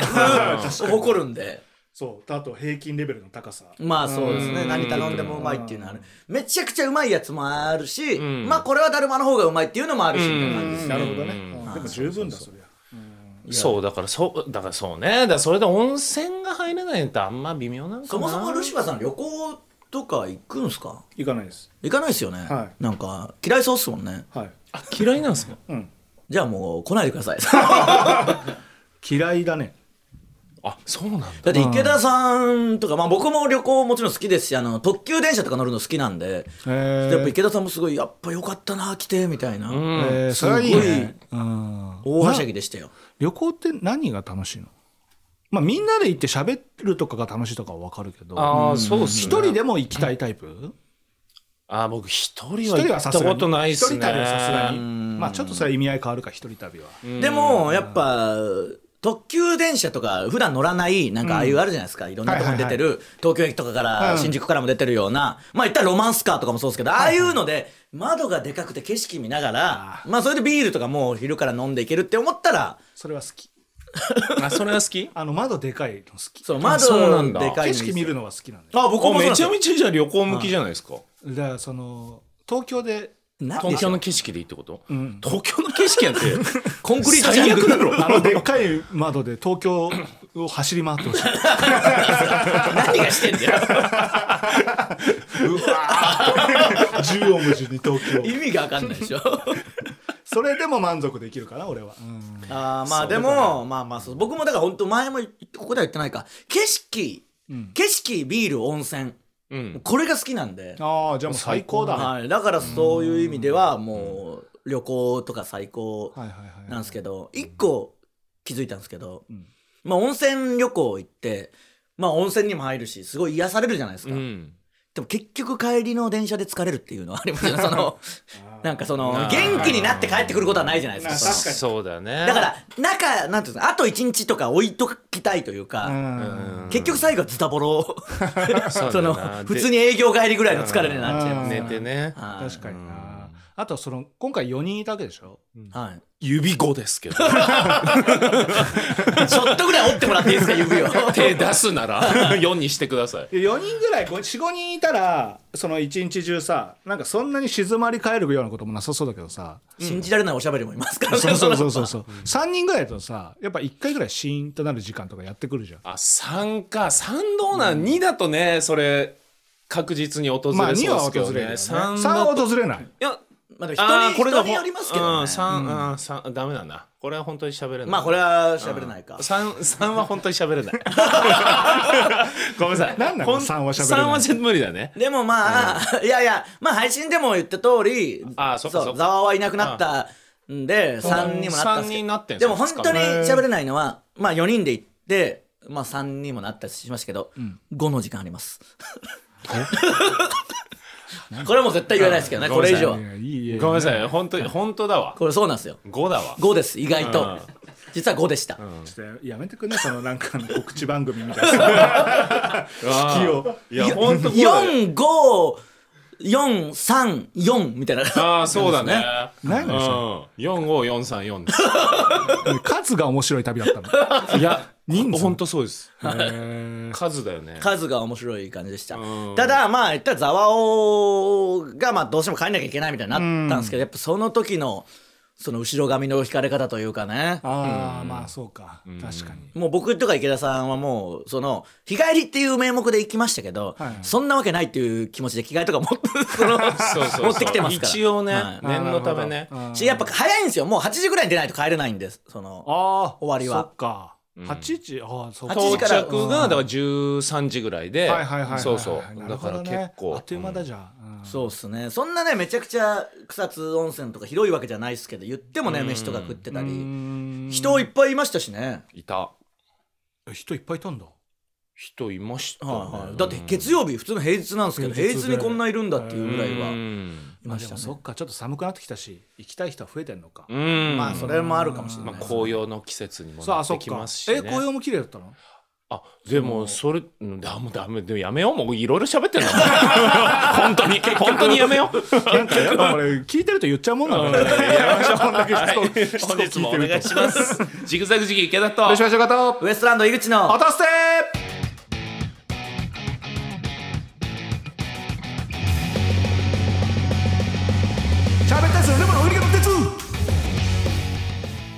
Speaker 3: 数を誇るんで。
Speaker 2: そうあと平均レベルの高さ
Speaker 3: まあそうですね。
Speaker 1: うん
Speaker 3: 何頼んでもうまいっていうのはある。めちゃくちゃうまいやつもあるし、
Speaker 1: うん
Speaker 3: まあこれはだるまの方がうまいっていうのもあるし、みたいな感じです
Speaker 2: な
Speaker 3: ね
Speaker 2: るほどね
Speaker 1: うん
Speaker 2: うんでも十分だそりゃ
Speaker 1: そうだからそうだからそうねだからそれで温泉が入れないってあんま微妙なのかな
Speaker 3: そもそもルシファーさん旅行とか行くんすか
Speaker 2: いかないです
Speaker 3: 行かないですよね、
Speaker 2: は
Speaker 3: なんか嫌いそうっすもんね
Speaker 2: はい
Speaker 1: あ嫌いなんですか
Speaker 2: うん
Speaker 3: じゃあもう来ないでください
Speaker 2: 嫌いだね
Speaker 1: あそうなんだ
Speaker 3: だって池田さんとか、まあ、僕も旅行もちろん好きですしあの特急電車とか乗るの好きなんで、やっぱ
Speaker 2: へ
Speaker 3: 池田さんもすごいやっぱよかったな来てみたいな、
Speaker 1: うん
Speaker 2: えそれはいいねうん
Speaker 3: 大はしゃぎでしたよ
Speaker 2: 旅行って何が楽しいのまあみんなで行って喋るとかが楽しいとかは分かるけど
Speaker 1: ああそうっすね
Speaker 2: 一人でも行きたいタイプ
Speaker 1: あ僕一
Speaker 2: 一
Speaker 1: 人は
Speaker 2: 人
Speaker 1: 行
Speaker 2: は
Speaker 1: っ
Speaker 2: さ
Speaker 1: た
Speaker 2: すがに
Speaker 1: ことないっすね
Speaker 2: 一人旅はさすがに
Speaker 1: うん
Speaker 2: まあちょっとそれは意味合い変わるか一人旅は
Speaker 3: でもやっぱ特急電車とか普段乗らないなんかああいうあるじゃないですか、いろんなとこに出てる、東京駅とかから、
Speaker 2: うん
Speaker 3: 新宿からも出てるようなまあいったらロマンスカーとかもそうですけど、ああいうので窓がでかくて景色見ながらまあそれでビールとかもう昼から飲んでいけるって思ったら
Speaker 2: それは好き
Speaker 1: あそれが好 き
Speaker 2: あの窓でかいの好き
Speaker 3: その
Speaker 1: そうなん
Speaker 3: 窓
Speaker 1: だ
Speaker 3: でかいのいい
Speaker 2: 景
Speaker 3: っす
Speaker 2: 色見るのは好きなんだよ
Speaker 3: あ僕も
Speaker 1: あめちゃ
Speaker 3: ち
Speaker 1: めちゃじゃあ旅行向きじゃないですか
Speaker 2: だからその東京で
Speaker 3: ゃ
Speaker 1: 東京の景色でいいってこと、
Speaker 2: ん
Speaker 1: 東京の景色なんて
Speaker 3: コンクリートジャン
Speaker 1: 最
Speaker 3: グ
Speaker 1: 悪だ
Speaker 3: ル
Speaker 1: ろ
Speaker 2: あ のでっかい窓で東京を走り回ってほしい
Speaker 3: 何がしてんだよ
Speaker 2: うわー縦横無尽に東京
Speaker 3: 意味が分かんないでしょ
Speaker 2: それでも満足できるかな俺は、うん
Speaker 3: あーまあでもまあまあそう僕もだから本当前も言ってここでは言ってないか景色、景色ビール温泉
Speaker 1: うん
Speaker 3: これが好きなんで、
Speaker 2: ああじゃあもう最高だ
Speaker 3: はい、だからそういう意味ではもう旅行とか最高
Speaker 2: はいはいはい
Speaker 3: なんですけど一個気づいたんですけど、
Speaker 2: ん
Speaker 3: まあ、温泉旅行行って、まあ、温泉にも入るしすごい癒されるじゃないですか、
Speaker 1: うん
Speaker 3: でも結局帰りの電車で疲れるっていうのはありますよねそのなんかその
Speaker 1: あー
Speaker 3: 元気になって帰ってくることはないじゃないですかその
Speaker 2: かに
Speaker 1: そうだね
Speaker 3: だから中なんていうんですかあと1日とか置いときたいというか、
Speaker 2: うん
Speaker 3: 結局最後はズタボロ
Speaker 1: そう
Speaker 3: そ
Speaker 1: だ
Speaker 3: の
Speaker 1: な
Speaker 3: 普通に営業帰りぐらいの疲れになっちゃいます
Speaker 1: 寝てね
Speaker 3: はい
Speaker 2: 確かになあとその今回4人いたわけでしょ
Speaker 3: はい
Speaker 1: 指5です けど
Speaker 3: ちょっとぐらい折ってもらっていいですか指を
Speaker 1: 手出すなら4にしてください
Speaker 2: 4人ぐらい45人いたらその一日中さなんかそんなに静まり返るようなこともなさそうだけどさ
Speaker 3: 信じられないおしゃべりもいますからね
Speaker 2: そうそうそう
Speaker 3: そ
Speaker 2: そ
Speaker 3: の
Speaker 2: う そう3人ぐらいだとさやっぱ1回ぐらいシーンとなる時間とかやってくるじゃん
Speaker 1: あ3か3どうなん、2だとねそれ確実に訪れ
Speaker 2: ま
Speaker 1: そ
Speaker 2: あ
Speaker 1: うで
Speaker 2: 2は
Speaker 1: す
Speaker 2: 訪
Speaker 1: け
Speaker 2: れる
Speaker 1: ど
Speaker 2: よ
Speaker 1: ね,、
Speaker 2: ね3
Speaker 1: 3,
Speaker 2: は
Speaker 1: だと
Speaker 2: 訪れない
Speaker 1: いや
Speaker 3: まあでも
Speaker 1: あ
Speaker 3: 人
Speaker 1: ー
Speaker 3: に
Speaker 1: これが
Speaker 3: 人によりますけ
Speaker 1: う
Speaker 3: ど
Speaker 1: ん
Speaker 3: ね
Speaker 1: 三うん三ダメだなこれは本当に喋れない
Speaker 3: まあこれはしゃべれないか
Speaker 1: 三三は本当に喋れない。ごめんなさい。
Speaker 2: なんなの
Speaker 1: ほん
Speaker 2: 三は喋れない
Speaker 1: 三は全然無理だね。
Speaker 3: でもまあ、いやいやまあ配信でも言った通り
Speaker 1: あーそっかそっか
Speaker 3: ざわはいなくなったんで3にもなったん
Speaker 1: 三
Speaker 3: ですけ
Speaker 1: に
Speaker 3: ど
Speaker 1: なってんす
Speaker 3: で
Speaker 1: よ
Speaker 3: も本当に喋れないのはまあ4人で行ってまあ3にもなったりしますけど、5の時間あります これはもう絶対言えないですけどね
Speaker 1: うん
Speaker 3: これ以上はい
Speaker 2: やい
Speaker 1: 二日
Speaker 2: いえ
Speaker 1: 目ごめんなさい。本当に本当だわ。
Speaker 3: これそうなんですよ
Speaker 1: 五だわ。
Speaker 3: 5です意外
Speaker 1: う
Speaker 3: と
Speaker 1: ん
Speaker 3: 実は5でした、
Speaker 2: ちょっとやめてくんねそのなんか告知番組みた いな
Speaker 1: 引
Speaker 2: きを
Speaker 1: いや本当五だよ。
Speaker 3: 四五四三四みたいな。
Speaker 1: ああそうだね。
Speaker 2: 何な
Speaker 1: うん。四五四三四で
Speaker 2: 数が面白い旅だったの
Speaker 1: す。いや
Speaker 2: 人数
Speaker 1: 本当そうです。
Speaker 2: へー
Speaker 1: 数だよね。
Speaker 3: 数が面白い感じでした
Speaker 1: うん。
Speaker 3: ただまあ言ったらざわおがまあどうしても帰んなきゃいけないみたいになったんですけど、やっぱその時のその後ろ髪の引かれ方というかね。
Speaker 2: ああまあそうか確かに
Speaker 3: もう僕とか池田さんはもうその日帰りっていう名目で行きましたけど、
Speaker 2: はいはい
Speaker 3: そんなわけないっていう気持ちで着替えとか持って その
Speaker 1: そうそうそう
Speaker 3: 持ってきてますから
Speaker 1: 一応ね
Speaker 3: はい
Speaker 1: 念のためね
Speaker 2: あーなるほどあー
Speaker 3: しやっぱ早いんですよもう8時ぐらいに出ないと帰れないんですその
Speaker 2: ああ
Speaker 3: 終わりは
Speaker 2: そっか8時ああそう
Speaker 3: 8
Speaker 1: 到
Speaker 3: 時から
Speaker 1: 着がだから十三時ぐらいで
Speaker 2: はいはいはいはいはい。
Speaker 1: そうそうだ
Speaker 2: なるほ
Speaker 1: から
Speaker 2: どね
Speaker 1: 結構
Speaker 2: あっという間だじゃん。うん
Speaker 3: そうっすねそんなねめちゃくちゃ草津温泉とか広いわけじゃないですけど言ってもね飯とか食ってた
Speaker 2: う
Speaker 3: り
Speaker 2: ーん
Speaker 3: 人いっぱいいましたしね
Speaker 1: いた
Speaker 2: 人いっぱいいたんだ。
Speaker 1: 人いましたね、
Speaker 3: はいはい、だって月曜日普通の平日なんですけど平日にこんないるんだっていうぐらいは
Speaker 1: うん
Speaker 3: いまし
Speaker 2: で
Speaker 3: た
Speaker 2: も
Speaker 3: ね
Speaker 2: そっかちょっと寒くなってきたし行きたい人は増えてんのか、
Speaker 1: うん
Speaker 3: まあそれもあるかもしれな
Speaker 1: ま
Speaker 3: い
Speaker 1: あ
Speaker 3: ですね
Speaker 1: 紅葉の季節にも
Speaker 2: そう
Speaker 1: な
Speaker 2: あ
Speaker 1: っ
Speaker 2: そ
Speaker 1: て
Speaker 2: っ
Speaker 1: き
Speaker 2: か
Speaker 1: ますし、ね、
Speaker 2: え紅葉も綺麗だった の
Speaker 1: あでもそれうんだもうダメでもやめようもういろいろ喋 ってるの本当に本当にやめよう
Speaker 2: なんかやっぱこれ聞いてると言っちゃうもんなんだねやめましょうこんだけ人を人を
Speaker 1: 本
Speaker 2: 聞い
Speaker 1: 日もお
Speaker 2: てる
Speaker 1: 願い
Speaker 2: と
Speaker 1: しますジグザグジギー池田と
Speaker 2: お願いしましょう方
Speaker 3: ウエストランド井口の
Speaker 2: おたすてしゃべったすでもの売り方です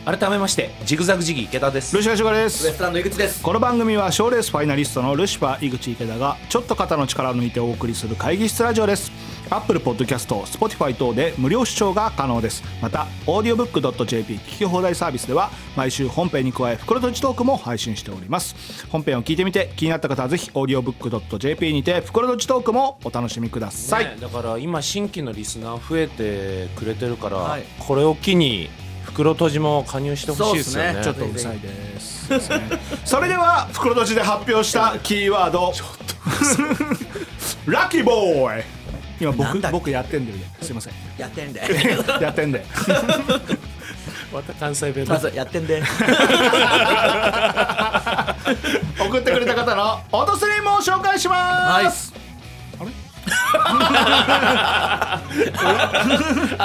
Speaker 1: 改めましてジグザグジギー池田です
Speaker 2: ルシファーシュガーで
Speaker 3: ウエ
Speaker 2: す
Speaker 3: ストランド井口です
Speaker 2: この番組は賞レースファイナリストのルシファー井口池田がちょっと肩の力を抜いてお送りする会議室ラジオですアップルポッドキャスト Spotify 等で無料視聴が可能ですまた audiobook.jp 聞き放題サービスでは毎週本編に加え袋とじトークも配信しております本編を聞いてみて気になった方はぜひ audiobook.jp にて袋とじトークもお楽しみください、
Speaker 1: ねだから今新規のリスナー増えてくれてるから、
Speaker 3: はい
Speaker 1: これを機に袋とじも加入してほしいですよね
Speaker 3: そ
Speaker 2: ちょ
Speaker 3: うっすね
Speaker 2: っとうるさいです。 それでは袋とじで発表したキーワー ド。ラッキーボーイ。今
Speaker 3: なんだ
Speaker 2: 僕
Speaker 3: っけ
Speaker 2: 僕やってんでるね。すいません。
Speaker 3: やってんで
Speaker 2: やってんで。
Speaker 1: また関西弁
Speaker 3: まずやってんで
Speaker 2: 送ってくれた方のオートスリーも紹介します。
Speaker 3: あ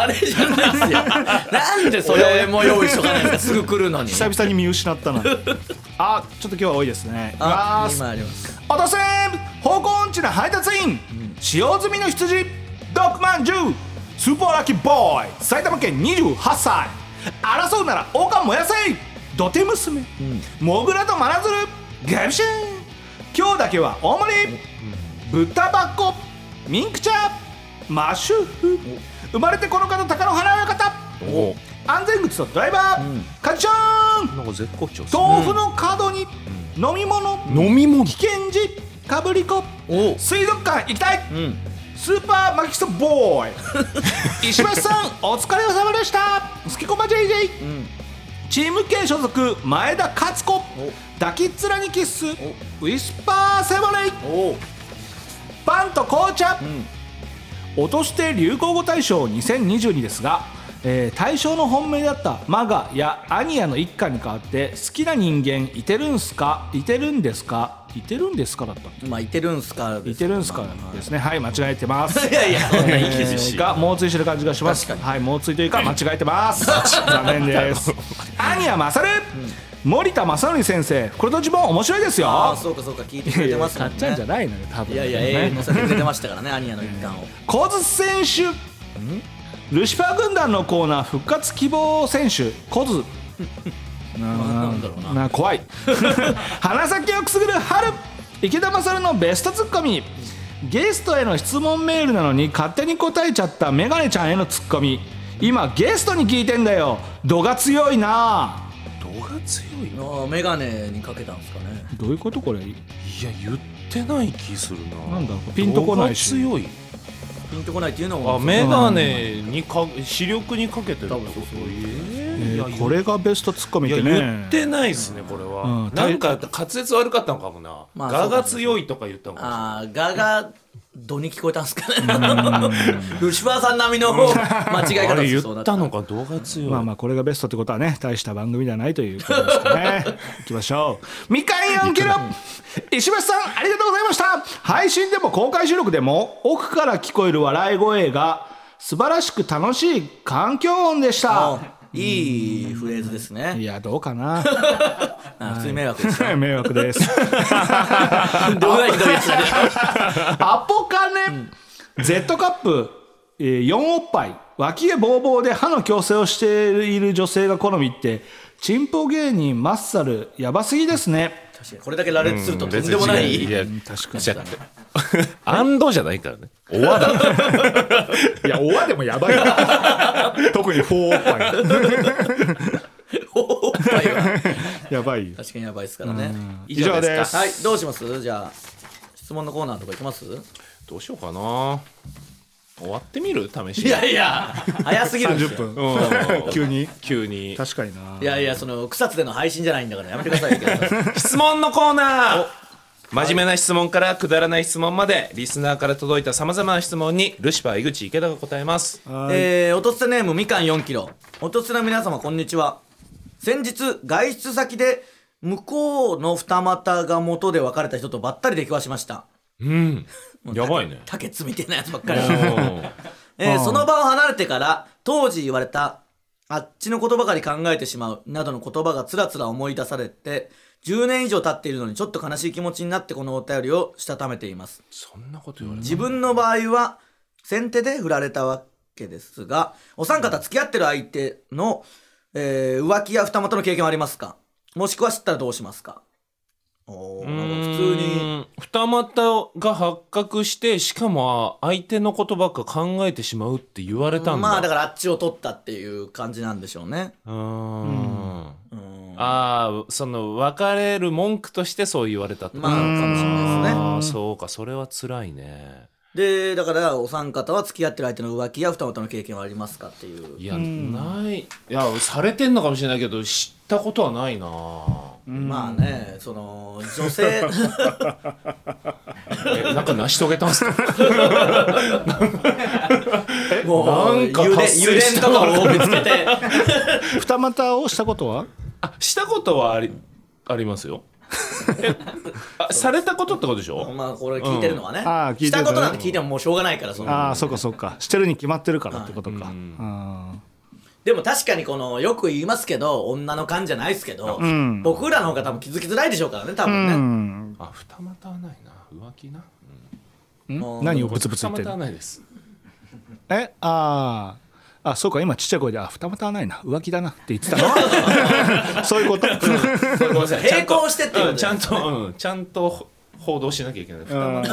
Speaker 3: れじゃないですよなんでそれも用意しとかないんですか すぐ来るのに
Speaker 2: 久々に見失ったな。あ、ちょっと今日は多いですね。
Speaker 3: あ
Speaker 2: あ
Speaker 3: 今あります
Speaker 2: オートスリー方向音痴な配達員、使用済みの羊ドッグマンジュスーパーラッキーボーイ埼玉県28歳争うなら王冠燃やせ土手娘、モグラと真鶴ゲブシン今日だけは大盛り、豚箱ミンクチャマッシュフ生まれてこの方高野花親方
Speaker 1: お
Speaker 2: 安全靴とドライバー、カジション
Speaker 1: なんか絶好調っすね
Speaker 2: 豆腐の角に、飲み物
Speaker 1: 飲み物
Speaker 2: 危険時かぶりこ
Speaker 3: おう
Speaker 2: 水族館行きたい、
Speaker 3: ん
Speaker 2: スーパーマキストボー イ石橋さんお疲れ様でしたすきこま JJ、チーム系所属前田勝子抱きっ面にキッスウィスパーセボレイ
Speaker 3: おう
Speaker 2: パンと紅茶、落として流行語大賞2022ですが、えー大賞の本命だった「マガ」や「アニヤ」の一家に代わって好きな人間いてるんすかいてるんですかいてるんですかだったっ
Speaker 3: まあいてるんすか
Speaker 2: けいてるんすかですねはい間違えてます
Speaker 3: いやいやそんな言い切
Speaker 2: え
Speaker 3: り
Speaker 2: ーが猛追してる感じがします
Speaker 3: 確
Speaker 2: はい猛追というか間違えてます 残念ですアニヤマサル森田正則先生袋とじも面白いですよ
Speaker 3: ああそうかそうか聞いてくれてますもん
Speaker 2: 買っちゃうんじゃ
Speaker 3: ね
Speaker 2: ないのよ多分
Speaker 3: いやいや永遠に載せてくれてましたからねアニアの一環を
Speaker 2: 小津選手ルシファー軍団のコーナー復活希望選手小津
Speaker 3: なんだろうな
Speaker 2: な怖い 鼻先をくすぐる春池田勝のベストツッコミゲストへの質問メールなのに勝手に答えちゃったメガネちゃんへのツッコミ今ゲストに聞いてんだよ度が強いな
Speaker 1: 度が強いな
Speaker 3: ああメガネにかけたんですかね
Speaker 2: どういうことこれ
Speaker 1: いや言ってない気するな
Speaker 2: なんだろうピンとこないし
Speaker 1: 度が強い
Speaker 3: ピンとこないっていうのも
Speaker 1: あメガネにか視力にかけてるってことえーいや言っ
Speaker 2: これがベストツッコミ
Speaker 1: い
Speaker 2: っ
Speaker 1: や
Speaker 2: て
Speaker 1: 言
Speaker 2: ね
Speaker 1: ってないですねこれは、
Speaker 2: うん
Speaker 1: なんか滑舌悪かったのかもな、
Speaker 3: まあ
Speaker 1: 我が強いとか言ったのかもしれない
Speaker 3: ああガがどに聞こえたんですかね ルシファーさん並みの間違い
Speaker 1: あ
Speaker 3: 方
Speaker 1: れ
Speaker 3: で
Speaker 1: 言
Speaker 3: すそうな
Speaker 1: っ
Speaker 3: った
Speaker 1: たのか動画強い、
Speaker 2: まあまあこれがベストってことはね大した番組ではないということですか ねいきましょうみかん4キロ石橋さんありがとうございました配信でも公開収録でも奥から聞こえる笑い声が素晴らしく楽しい環境音でした
Speaker 3: あいいフレーズです
Speaker 2: い
Speaker 3: ね
Speaker 2: やどうか な
Speaker 3: あ普通に迷惑ですよ
Speaker 2: 迷惑です
Speaker 3: どうぐらいひどいやつ だね
Speaker 2: アポカネ、Z カップ、えー、4おっぱい脇毛ぼうぼうで歯の矯正をしている女性が好みってチンポ芸人マッサルやばすぎですね
Speaker 3: 確かにこれだけ羅列するととんでもない
Speaker 1: いや
Speaker 2: 確かに
Speaker 1: じゃあ アンドじゃないからねおわだ
Speaker 2: いや、おわでもやばいな。特にフォーおっぱ。
Speaker 3: おっぱいはい
Speaker 2: やばいよ。
Speaker 3: 確かにやばいですからね
Speaker 2: 以上です
Speaker 1: か
Speaker 3: はいどうしますじゃあ質問のコーナーとかいきます
Speaker 1: どうしようかな終わってみる試し
Speaker 3: い
Speaker 1: に
Speaker 3: やいや早すぎるんですよ
Speaker 2: 30分。
Speaker 1: うん
Speaker 2: 急に
Speaker 1: 急に
Speaker 2: 確かにな。
Speaker 3: いやいやその草津での配信じゃないんだからやめてくださいよ池田さん
Speaker 1: 質問のコーナー真面目な質問からくだらない質問までリスナーから届いたさまざまな質問にルシファー井口池田が答えます
Speaker 3: えー、おとつネームみかん4キロおとつの皆様こんにちは先日外出先で向こうの二股が元で別れた人とばったり出くわしました
Speaker 1: うんやばいね
Speaker 3: 竹つみたいなやつばっかり
Speaker 1: おー
Speaker 3: えー
Speaker 2: うん
Speaker 3: その場を離れてから当時言われたあっちのことばかり考えてしまうなどの言葉がつらつら思い出されて10年以上経っているのにちょっと悲しい気持ちになってこのお便りをしたためています
Speaker 1: そんなこと言われた
Speaker 3: 自分の場合は先手で振られたわけですがお三方付き合ってる相手の、えー浮気や二股の経験はありますかもしくは知ったらどうしますかおーなんか普通に
Speaker 1: に二股が発覚してしかも相手のことばっか考えてしまうって言われたんだ
Speaker 3: まあだからあっちを取ったっていう感じなんでしょうね
Speaker 1: うーん
Speaker 3: うん
Speaker 1: ああその別れる文句としてそう言われたってことなのかもしれないですね、
Speaker 3: ま
Speaker 1: あーそうかそれは辛いね
Speaker 3: でだからお三方は付き合ってる相手の浮気や二股の経験はありますかっていう
Speaker 1: いや、ないいやされてんのかもしれないけど知ったことはないな
Speaker 3: まあねその 女性
Speaker 1: えなんか成し遂げたんすか
Speaker 3: もう
Speaker 1: なんか
Speaker 3: 油田
Speaker 1: 達成
Speaker 3: 油
Speaker 1: し
Speaker 3: 田
Speaker 1: た
Speaker 3: とかをぶつけて
Speaker 2: 二股をしたことは
Speaker 1: あしたことはありありますよ えあされたことってことでしょ、
Speaker 3: まあこれ聞いてるのはね,、
Speaker 2: んああ聞いてる
Speaker 3: し
Speaker 2: から
Speaker 3: た
Speaker 2: ね
Speaker 3: ことなんて聞いてももうしょうがないからその
Speaker 2: ああそうかそうかしてるに決まってるからってことかうん
Speaker 3: でも確かにこのよく言いますけど女の勘じゃないですけど、
Speaker 2: ん
Speaker 3: 僕らの方が多分気づきづらいでしょうからね多
Speaker 2: う
Speaker 3: 分ね、
Speaker 2: ん
Speaker 1: あ二股はないな浮気な、
Speaker 3: もう
Speaker 2: 何を
Speaker 1: うん、
Speaker 2: ブツブツ言って
Speaker 1: 二
Speaker 2: る
Speaker 1: 股はないです
Speaker 2: えあああそうか今ちっちゃい声で「あ二股はないな浮気だな」って言ってたのそういうこと
Speaker 1: ごめんなさい
Speaker 3: 並行してってことだよ
Speaker 1: うんちゃんと、うん、ちゃんと報道しなきゃいけない二股はな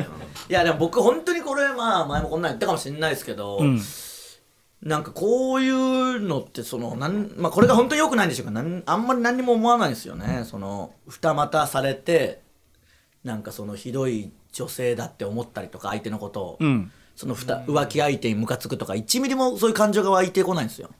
Speaker 1: い
Speaker 3: いやでも僕本当にこれまあ前もこんなん言ったかもしれないですけど、
Speaker 2: うん
Speaker 3: なんかこういうのってそのなん、まあ、これが本当に良くないんでしょうかなんあんまり何にも思わないんですよねその二股されてなんかそのひどい女性だって思ったりとか相手のことを、
Speaker 2: うん
Speaker 3: そのふた浮気相手にムカつくとか1ミリもそういう感情が湧いてこないんですよ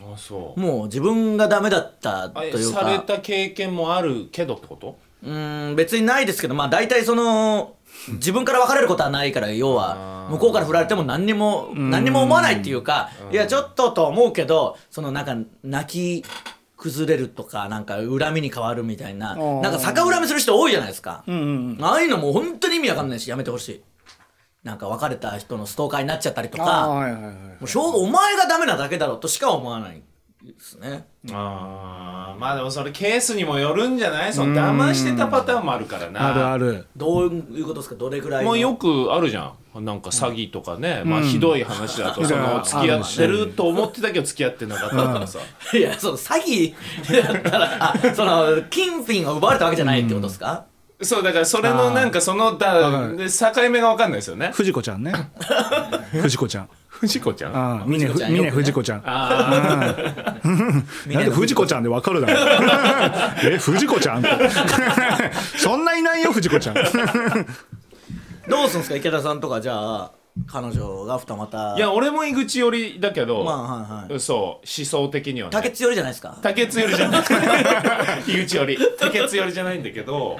Speaker 1: あそう
Speaker 3: もう自分がダメだった
Speaker 1: あ
Speaker 3: と
Speaker 1: え
Speaker 3: いう
Speaker 1: され
Speaker 3: か
Speaker 1: た経験もあるけどってこと
Speaker 3: うーん別にないですけどまあ大体その自分から別れることはないから要は向こうから振られても何にも何にも思わないっていうかいやちょっとと思うけどそのなんか泣き崩れるとかなんか恨みに変わるみたいな
Speaker 2: ー
Speaker 3: なんか逆恨みする人多いじゃないですか
Speaker 2: うんうん
Speaker 3: ああいうのもう本当に意味わかんないしやめてほしいなんか別れた人のストーカーになっちゃったりと
Speaker 2: ああ
Speaker 3: か
Speaker 2: はいはいはい
Speaker 3: もうしょうお前がダメなだけだろとしか思わないですね
Speaker 1: あーまあでもそれケースにもよるんじゃないその騙してたパターンもあるからな
Speaker 2: あるある
Speaker 3: どういうことですかどれぐらいの
Speaker 1: もうよくあるじゃんなんか詐欺とかね、まあひどい話だとその付き合ってると思ってたけど付き合ってなかったからさ、
Speaker 3: いや、その詐欺だったら、あその金品を奪われたわけじゃないってことですか、
Speaker 1: そうだからそれのなんかそのだ
Speaker 2: かる
Speaker 1: で境目が分かんないですよね
Speaker 2: 藤子ちゃんね藤子ちゃん
Speaker 1: 藤子ちゃんあ
Speaker 2: ああ峰
Speaker 3: 藤子ちゃんよくね
Speaker 2: 峰藤子ちゃん
Speaker 1: あ
Speaker 2: なんで藤子ちゃんでわかるだろう え藤子ちゃんって そんないないよ藤子 ちゃん
Speaker 3: どうすんですか池田さんとか、じゃあ、彼女が二股。
Speaker 1: いや俺も井口寄りだけど、
Speaker 3: まあ、はいはい。
Speaker 1: そう思想的には
Speaker 3: 竹
Speaker 1: ね
Speaker 3: 内よりじゃないですか。
Speaker 1: 竹津寄りじゃ ない井口寄り竹津寄りじゃないんだけど、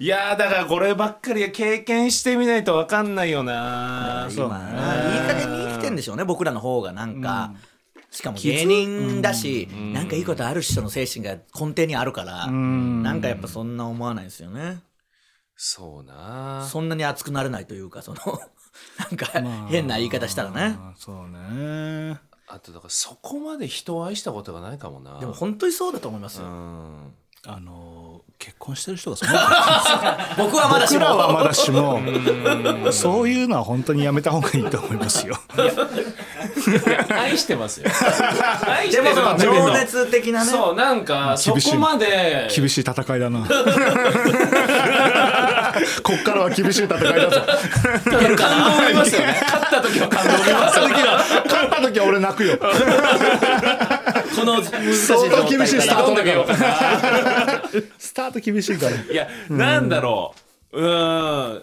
Speaker 1: い、やーだからこればっかりは経験してみないと分かんないよな
Speaker 3: 今、いい加減に生きてんでしょうね、僕らの方が、なんか。しかも芸人だし、なんかいいことある人の精神が根底にあるから、なんかやっぱそんな思わないですよね。
Speaker 1: そうな
Speaker 3: そんなに熱くなれないというか、その、 なんか変な言い方したらね。
Speaker 2: ああそうね
Speaker 1: あとだからそこまで人を愛したことがないかもな
Speaker 3: でも本当にそうだと思いますよ。
Speaker 1: うん
Speaker 2: あの結婚してる人がそんな
Speaker 3: 僕はまだし
Speaker 2: 僕ら
Speaker 3: も
Speaker 2: はまだしもそういうのは本当にやめた方がいいと思います よ
Speaker 1: 愛してますよ 愛し
Speaker 3: で
Speaker 1: てるん
Speaker 3: もそ
Speaker 1: だ
Speaker 3: の
Speaker 1: けど
Speaker 3: 情熱的なね
Speaker 1: そうなんかそ
Speaker 2: 厳しい
Speaker 1: こまで
Speaker 2: 厳しい戦いだ なこっからは厳しい戦いだぞ
Speaker 1: いけるかな感動ありますよね勝った時は感動ありますよね
Speaker 2: 勝った時は俺泣くよ
Speaker 3: こ の難しい
Speaker 2: 相当 厳しいスター
Speaker 1: ど
Speaker 2: ト
Speaker 1: んだ
Speaker 2: だ
Speaker 1: け
Speaker 2: か
Speaker 1: よ
Speaker 2: ら
Speaker 1: かった
Speaker 2: スタート厳しいから
Speaker 1: いや、なんだろう。うーん。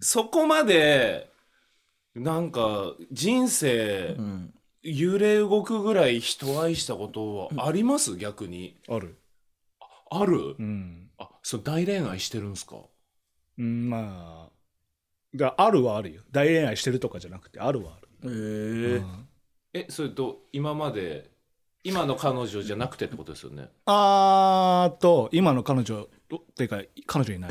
Speaker 1: そこまで、なんか、人生、揺れ動くぐらい人を愛したことはあります、逆に。
Speaker 2: ある
Speaker 1: ある
Speaker 2: うん、
Speaker 1: あそう大恋愛してるんですか
Speaker 2: うん、まあだあるはあるよ大恋愛してるとかじゃなくてあるはあるう
Speaker 3: ええ
Speaker 2: ん
Speaker 1: えそれと今まで今の彼女じゃなくてってことですよね
Speaker 2: あーと今の彼女おっていうか彼女いない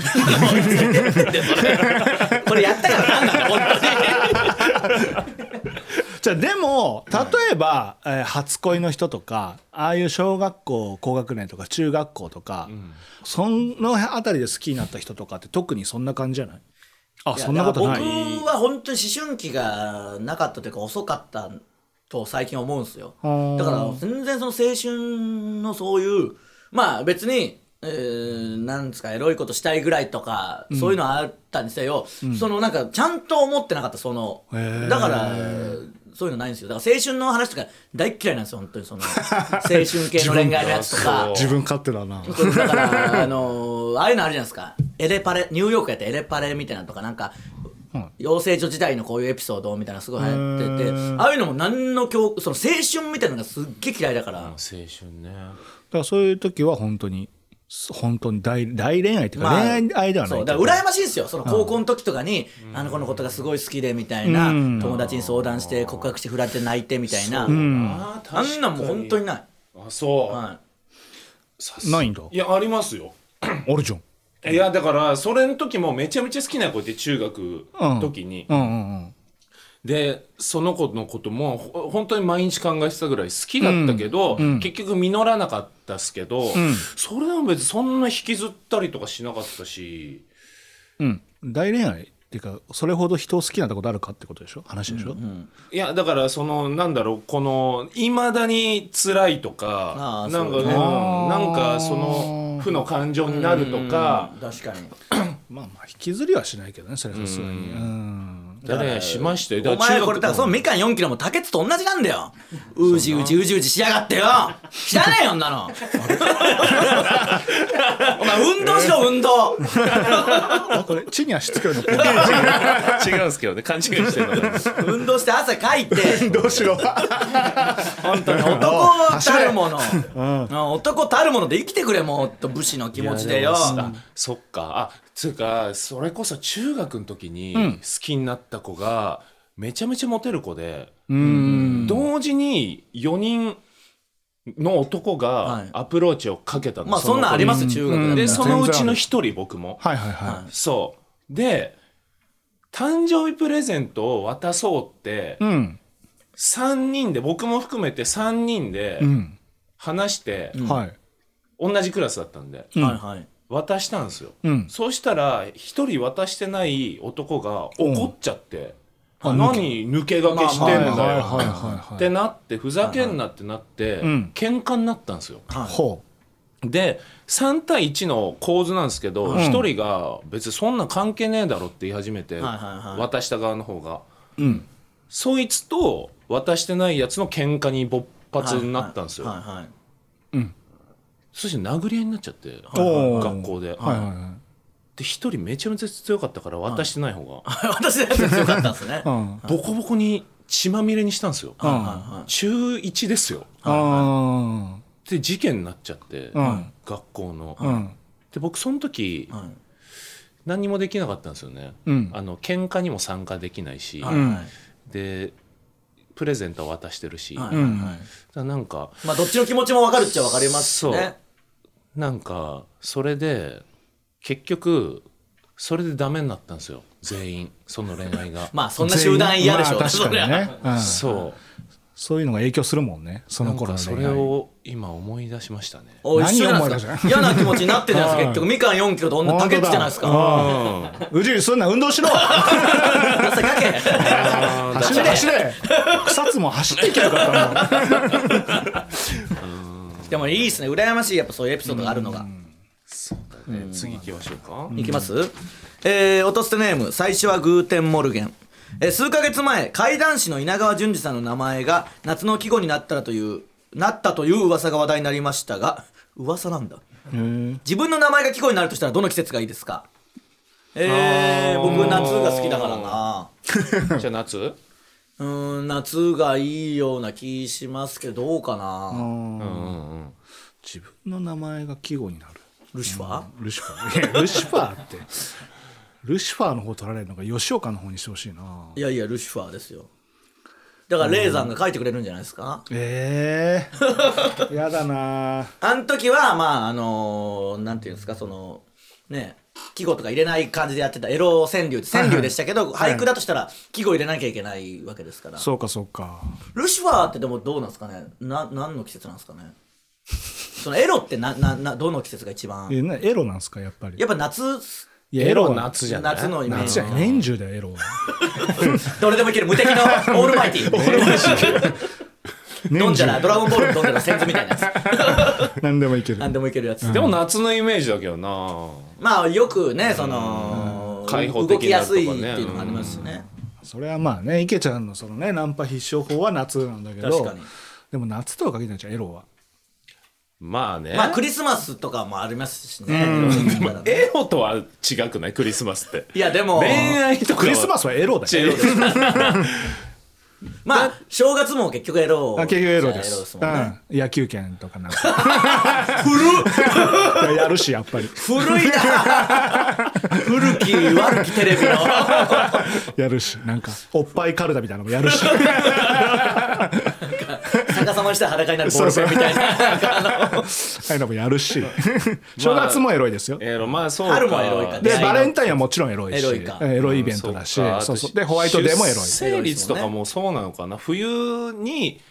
Speaker 3: これやったからなんなの本
Speaker 2: じゃあでも例えば、えー初恋の人とかああいう小学校高学年とか中学校とか、その辺りで好きになった人とかって特にそんな感じじゃないあ
Speaker 3: 当に
Speaker 2: そんなことない
Speaker 3: やだから僕は本当に思春期がなかったというか遅かったと最近思うんですよ
Speaker 2: ー
Speaker 3: だから全然その青春のそういうまあ別に、えーなんですかエロいことしたいぐらいとか、そういうのはあったにせよ、そのなんかちゃんと思ってなかったその
Speaker 2: へー
Speaker 3: だからそういうのないんですよだから青春の話とか大嫌いなんですよ本 当にその青春系の恋愛のやつとか
Speaker 2: 自分勝手だな
Speaker 3: そうだから、あのーああいうのあるじゃないですか。エレパレ、ニューヨークやったエレパレみたいなのとか、なんか、養成所時代のこういうエピソードみたいなのすごい流行ってて
Speaker 2: へー
Speaker 3: ああいうのも何の教その青春みたいなのがすっげえ嫌いだから、
Speaker 1: 青春ね
Speaker 2: だからそういう時は本当にす本当に大大恋愛っていうか
Speaker 3: まあ
Speaker 2: 恋愛ではない
Speaker 3: そう
Speaker 2: け
Speaker 3: だ
Speaker 2: ど、
Speaker 3: から羨ましいんですよその高校の時とかに、あの子のことがすごい好きでみたいな、
Speaker 2: うん
Speaker 3: 友達に相談して告白して振られて泣いてみたいな、
Speaker 1: あー
Speaker 3: あんなんもう本当にない、
Speaker 1: あそう、
Speaker 3: は
Speaker 1: さす
Speaker 2: ないんだ
Speaker 1: いやありますよ
Speaker 2: おるじゃん
Speaker 1: いやだからそれの時もめちゃめちゃ好きな子で中学の時に、
Speaker 2: うんうんうん
Speaker 1: でその子のこともほ本当に毎日考えてたぐらい好きだったけど、結局実らなかったっすけど、それは別にそんな引きずったりとかしなかったし
Speaker 2: うん大恋愛っていうかそれほど人を好きになったことあるかってことでしょ話でしょ、
Speaker 1: いやだからそのなんだろうこのいまだに辛いと
Speaker 3: あ
Speaker 1: か
Speaker 3: ー
Speaker 1: なんかね、
Speaker 3: そうね
Speaker 1: うんなんかその負の感情になるとか
Speaker 3: い、確かに
Speaker 2: まあまあ引きずりはしないけどねそれはさすがにうん
Speaker 1: 誰々しましたよ
Speaker 3: お前これだから
Speaker 1: だ
Speaker 3: そ
Speaker 1: か
Speaker 3: の
Speaker 1: ら
Speaker 3: みかん4キロも竹内と同じなんだようじうじうじうじしやがってよ知らねえよんなの お前運動しろ運動
Speaker 2: あこれ地に足つけるの
Speaker 1: 中学違うんですけどね勘違いしてるのが
Speaker 3: 運動して汗かいて
Speaker 2: どうしろ
Speaker 3: 本当に男たるもの、うん男たるもので生きてくれもっと武士の気持ちでよ
Speaker 1: いやもあそっかあつうかそれこそ中学の時に好きになった子がめちゃめちゃモテる子で、
Speaker 2: うん
Speaker 1: 同時に4人の男
Speaker 3: は
Speaker 1: が
Speaker 3: い
Speaker 1: アプローチをかけたの
Speaker 3: まあそんなんありますよ中学だ
Speaker 2: うん
Speaker 3: った
Speaker 1: で
Speaker 3: ら
Speaker 1: そのうちの1人僕も
Speaker 2: はいはいはい、
Speaker 3: は
Speaker 1: そうで誕生日プレゼントを渡そうって
Speaker 2: うん
Speaker 1: 3人で僕も含めて3人で
Speaker 2: うん、
Speaker 1: 話して、
Speaker 2: はい
Speaker 1: 同じクラスだったんで
Speaker 3: はいはい
Speaker 1: 渡したんですよ、
Speaker 2: うん
Speaker 1: そうしたら一人渡してない男が怒っちゃって「何抜け駆けしてんだよ」
Speaker 2: はいはいはいはい
Speaker 1: ってなってふざけんなってなって、
Speaker 2: ん
Speaker 1: 喧嘩になったんですよ。
Speaker 2: ほ
Speaker 1: で3対1の構図なんですけど、一人が別にそんな関係ねえだろって言い始めて、
Speaker 3: はいはいはい
Speaker 1: 渡した側の方が
Speaker 2: ううん
Speaker 1: そいつと渡してないやつの喧嘩に勃発になったんですよ、
Speaker 3: はいはいはい
Speaker 1: そして殴り合いになっちゃって
Speaker 2: おー
Speaker 1: 学校で、
Speaker 2: はいはいはい
Speaker 1: で一人めちゃめちゃ強かったから渡してない方が、
Speaker 3: 私のやつ強かったんですね
Speaker 2: う
Speaker 3: はい
Speaker 1: ボ
Speaker 2: ん
Speaker 1: コボコに血まみれにしたんですよ、
Speaker 3: はいはい
Speaker 1: 中1ですよ
Speaker 2: あ
Speaker 1: で事件になっちゃって、
Speaker 2: うん
Speaker 1: 学校の、
Speaker 2: あうん
Speaker 1: で僕その時、
Speaker 3: はい
Speaker 1: 何にもできなかったんですよね、
Speaker 2: うん
Speaker 1: あの喧嘩にも参加できないし、
Speaker 3: はいはい
Speaker 1: でプレゼントは渡してるし、
Speaker 3: は
Speaker 1: だか
Speaker 3: いはい
Speaker 1: らなんか
Speaker 3: まあどっちの気持ちも分かるっちゃ分かります
Speaker 1: そう
Speaker 3: ね
Speaker 1: なんかそれで結局それでダメになったんですよ全員その恋愛 が
Speaker 3: まあそんな集団嫌でしょ、
Speaker 2: まあ、確かにね、うん、
Speaker 1: そ
Speaker 2: そういうのが影響するもんねそう
Speaker 1: な
Speaker 2: の
Speaker 1: ん
Speaker 2: 頃
Speaker 1: か
Speaker 2: の
Speaker 1: そ
Speaker 2: 恋愛
Speaker 1: れを今思い出しましたね
Speaker 3: おい一緒じゃないです
Speaker 2: 何を思い出し
Speaker 3: か嫌な気持ちになってるじゃないですか結局みかん4キロと女竹内じゃないですか
Speaker 2: かうじいそんな運動しろ
Speaker 3: 汗かけ
Speaker 2: 走れ走れ草津も走っていけばよかったもん
Speaker 3: でもいいですね羨ましいやっぱそういうエピソードがあるのが
Speaker 1: ね次行きましょうか、
Speaker 3: いきます、えー、落とすてネーム最初はグーテンモルゲンえー数ヶ月前怪談師の稲川淳二さんの名前が夏の季語になったらというなったという噂が話題になりましたが噂なんだ自分の名前が季語になるとしたらどの季節がいいですかえー、僕夏が好きだからな
Speaker 1: じゃあ夏
Speaker 3: うーん夏がいいような気しますけどどうかな
Speaker 1: うんうんうん
Speaker 2: 自分の名前が季語になる
Speaker 3: ルシファー、
Speaker 2: ルシファーいやルシファーってルシファーの方取られるのか吉岡の方にしてほしいない
Speaker 3: やいやルシファーですよだからレイザンが書いてくれるんじゃないですか、
Speaker 2: ええ やだな
Speaker 3: あん時はまああのーなんていうんですかそのね季語とか入れない感じでやってたエロ川柳って川柳でしたけど、
Speaker 2: いはい
Speaker 3: 俳句だとしたら季語入れなきゃいけないわけですから、
Speaker 2: そうかそうか
Speaker 3: ルシファーってでもどうなんですかねな何の季節なんですかね そのエロってなななどの季節が一番
Speaker 2: えなエロなんすかやっぱり
Speaker 3: やっぱ夏
Speaker 2: いや
Speaker 1: エロ
Speaker 2: は
Speaker 1: 夏じゃない
Speaker 3: 夏のイメー
Speaker 2: 夏
Speaker 3: ジ
Speaker 2: じゃない年中だよエロは
Speaker 3: どれでもいける無敵の オールマイティ飲んじ ゃらドラゴンボール飲んじゃらセンズみたいなやつ
Speaker 2: 何でもいける
Speaker 3: 何でもいけるやつ
Speaker 1: でも夏のイメージだけどな
Speaker 3: まあよくねその
Speaker 1: 開放
Speaker 3: 動
Speaker 1: 的
Speaker 3: き
Speaker 1: な
Speaker 3: や
Speaker 1: とか
Speaker 3: す
Speaker 1: ね
Speaker 3: いっていうのもありますしね
Speaker 2: それはまあね池ちゃんのそのねナンパ必勝法は夏なんだけど
Speaker 3: 確かに
Speaker 2: でも夏とは限らないじゃんエロは
Speaker 1: まあね、
Speaker 3: まあクリスマスとかもありますしね
Speaker 1: エロとは違くないクリスマスって
Speaker 3: いやでも
Speaker 1: 恋愛とかは
Speaker 2: クリスマスはエロだ
Speaker 1: 違
Speaker 2: よ
Speaker 1: うです
Speaker 3: まあ正月も結局エロ
Speaker 2: あ結局エロです
Speaker 3: じゃあエロですもんね
Speaker 2: うん、野球拳とかなんか古っやるしやっぱり
Speaker 3: 古いな 古き悪きテレビ の
Speaker 2: やるしなんかおっぱいカルタみたいなのもやるし
Speaker 3: 逆さまにしたら裸になるボールペンみたいななんかあの
Speaker 2: ああいうのもやるし正月もエロいですよ、
Speaker 1: エロまあそうか
Speaker 3: 春もエロいか
Speaker 2: で
Speaker 3: 出会いの
Speaker 2: バレンタインはもちろんエロいし
Speaker 3: エロいか
Speaker 2: えエロいイベントだし、
Speaker 1: うん
Speaker 2: そうそう
Speaker 1: か
Speaker 2: でホワイトデーもエロい
Speaker 1: 出生率とかもそうなのかな冬に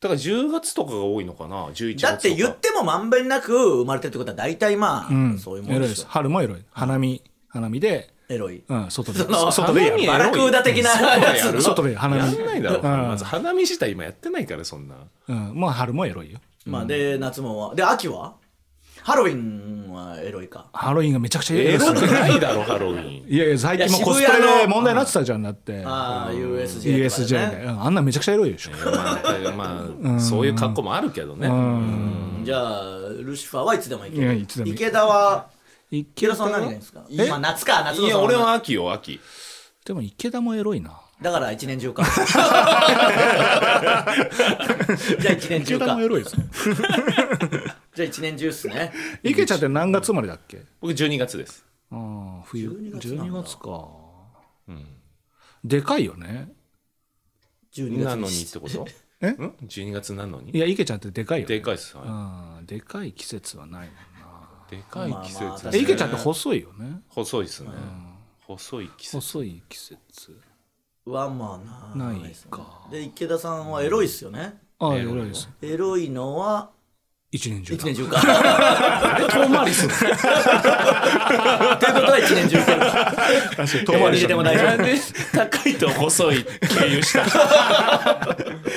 Speaker 1: だから10月とかが多いのかな11月とか
Speaker 3: だって言ってもまんべんなく生まれてるってことは大体まあ、
Speaker 2: うん
Speaker 3: そういうも
Speaker 2: エ
Speaker 3: ん
Speaker 2: ロい
Speaker 3: で
Speaker 2: ですす
Speaker 3: よ
Speaker 2: 春もエロい花見花見で、
Speaker 3: エロい
Speaker 2: うん、外で
Speaker 3: その
Speaker 2: 外でやる
Speaker 1: 花見
Speaker 3: バラクーダ的なやつ
Speaker 1: やるの
Speaker 2: 外で花見
Speaker 1: やんないだろ、
Speaker 2: ん
Speaker 1: まず花見自体今やってないからそんな
Speaker 2: うん、もう春もエロいよ
Speaker 3: まあで夏もはで秋はハロウィンはエロいか
Speaker 2: ハロウィンがめちゃくちゃエロい
Speaker 1: エ
Speaker 2: です
Speaker 1: ロ
Speaker 2: よ
Speaker 1: くないだろハロウィン
Speaker 2: いやいや最近も
Speaker 3: いや
Speaker 2: コスプ
Speaker 3: 渋谷
Speaker 2: レ
Speaker 3: の
Speaker 2: で問題になってたじゃんだって
Speaker 3: ああ USJ とか
Speaker 2: USJ
Speaker 3: で
Speaker 2: で、う
Speaker 3: ね
Speaker 2: んあんなめちゃくちゃエロいでしょ
Speaker 1: まあ、まあ、そういう格好もあるけどね、
Speaker 3: じゃあルシファーはいつでも行
Speaker 2: い
Speaker 3: け
Speaker 2: や
Speaker 3: る
Speaker 2: いつでも行ける
Speaker 3: 池田は
Speaker 2: 池
Speaker 3: 池田さんは何がいいんですか
Speaker 1: え
Speaker 3: まあ夏か夏の
Speaker 1: いや
Speaker 3: その
Speaker 1: 俺は秋よ秋
Speaker 2: でも池田もエロいな
Speaker 3: だから一年中 かじゃあ一年
Speaker 2: 池
Speaker 3: 中
Speaker 2: 田
Speaker 3: か
Speaker 2: もエロいですね
Speaker 3: じゃあ一年中っすね
Speaker 2: 池ちゃんって何月生まれだっけ
Speaker 1: 僕12月です
Speaker 2: ああ冬
Speaker 3: 12月なんだ
Speaker 2: 12月かでかいよね
Speaker 3: 12
Speaker 1: なのにっ
Speaker 3: 月
Speaker 1: てこと
Speaker 2: え
Speaker 1: ん ?12 月なの
Speaker 2: い
Speaker 1: に
Speaker 2: や池ちゃんってでかいよね
Speaker 1: でかいっすはい
Speaker 2: うんでかい季節はないもんな
Speaker 1: でかい季節
Speaker 3: まあまあ
Speaker 1: で
Speaker 2: え
Speaker 1: すね
Speaker 2: 池ちゃんって細いよね
Speaker 1: 細いっすね細い季節
Speaker 2: 細い季節
Speaker 3: はまあな
Speaker 2: ない
Speaker 3: ですね
Speaker 2: か
Speaker 3: で池田さんはエロいっすよね
Speaker 2: ああ
Speaker 1: エ
Speaker 2: エ
Speaker 1: ロい
Speaker 2: ロいです
Speaker 3: エロいのは
Speaker 2: 一年中
Speaker 3: 一
Speaker 2: だ
Speaker 3: 年中か 遠回り するということは一年中か
Speaker 2: 遠回りし
Speaker 3: 入れ
Speaker 2: た
Speaker 3: ても大丈夫
Speaker 1: 高いと細い経由した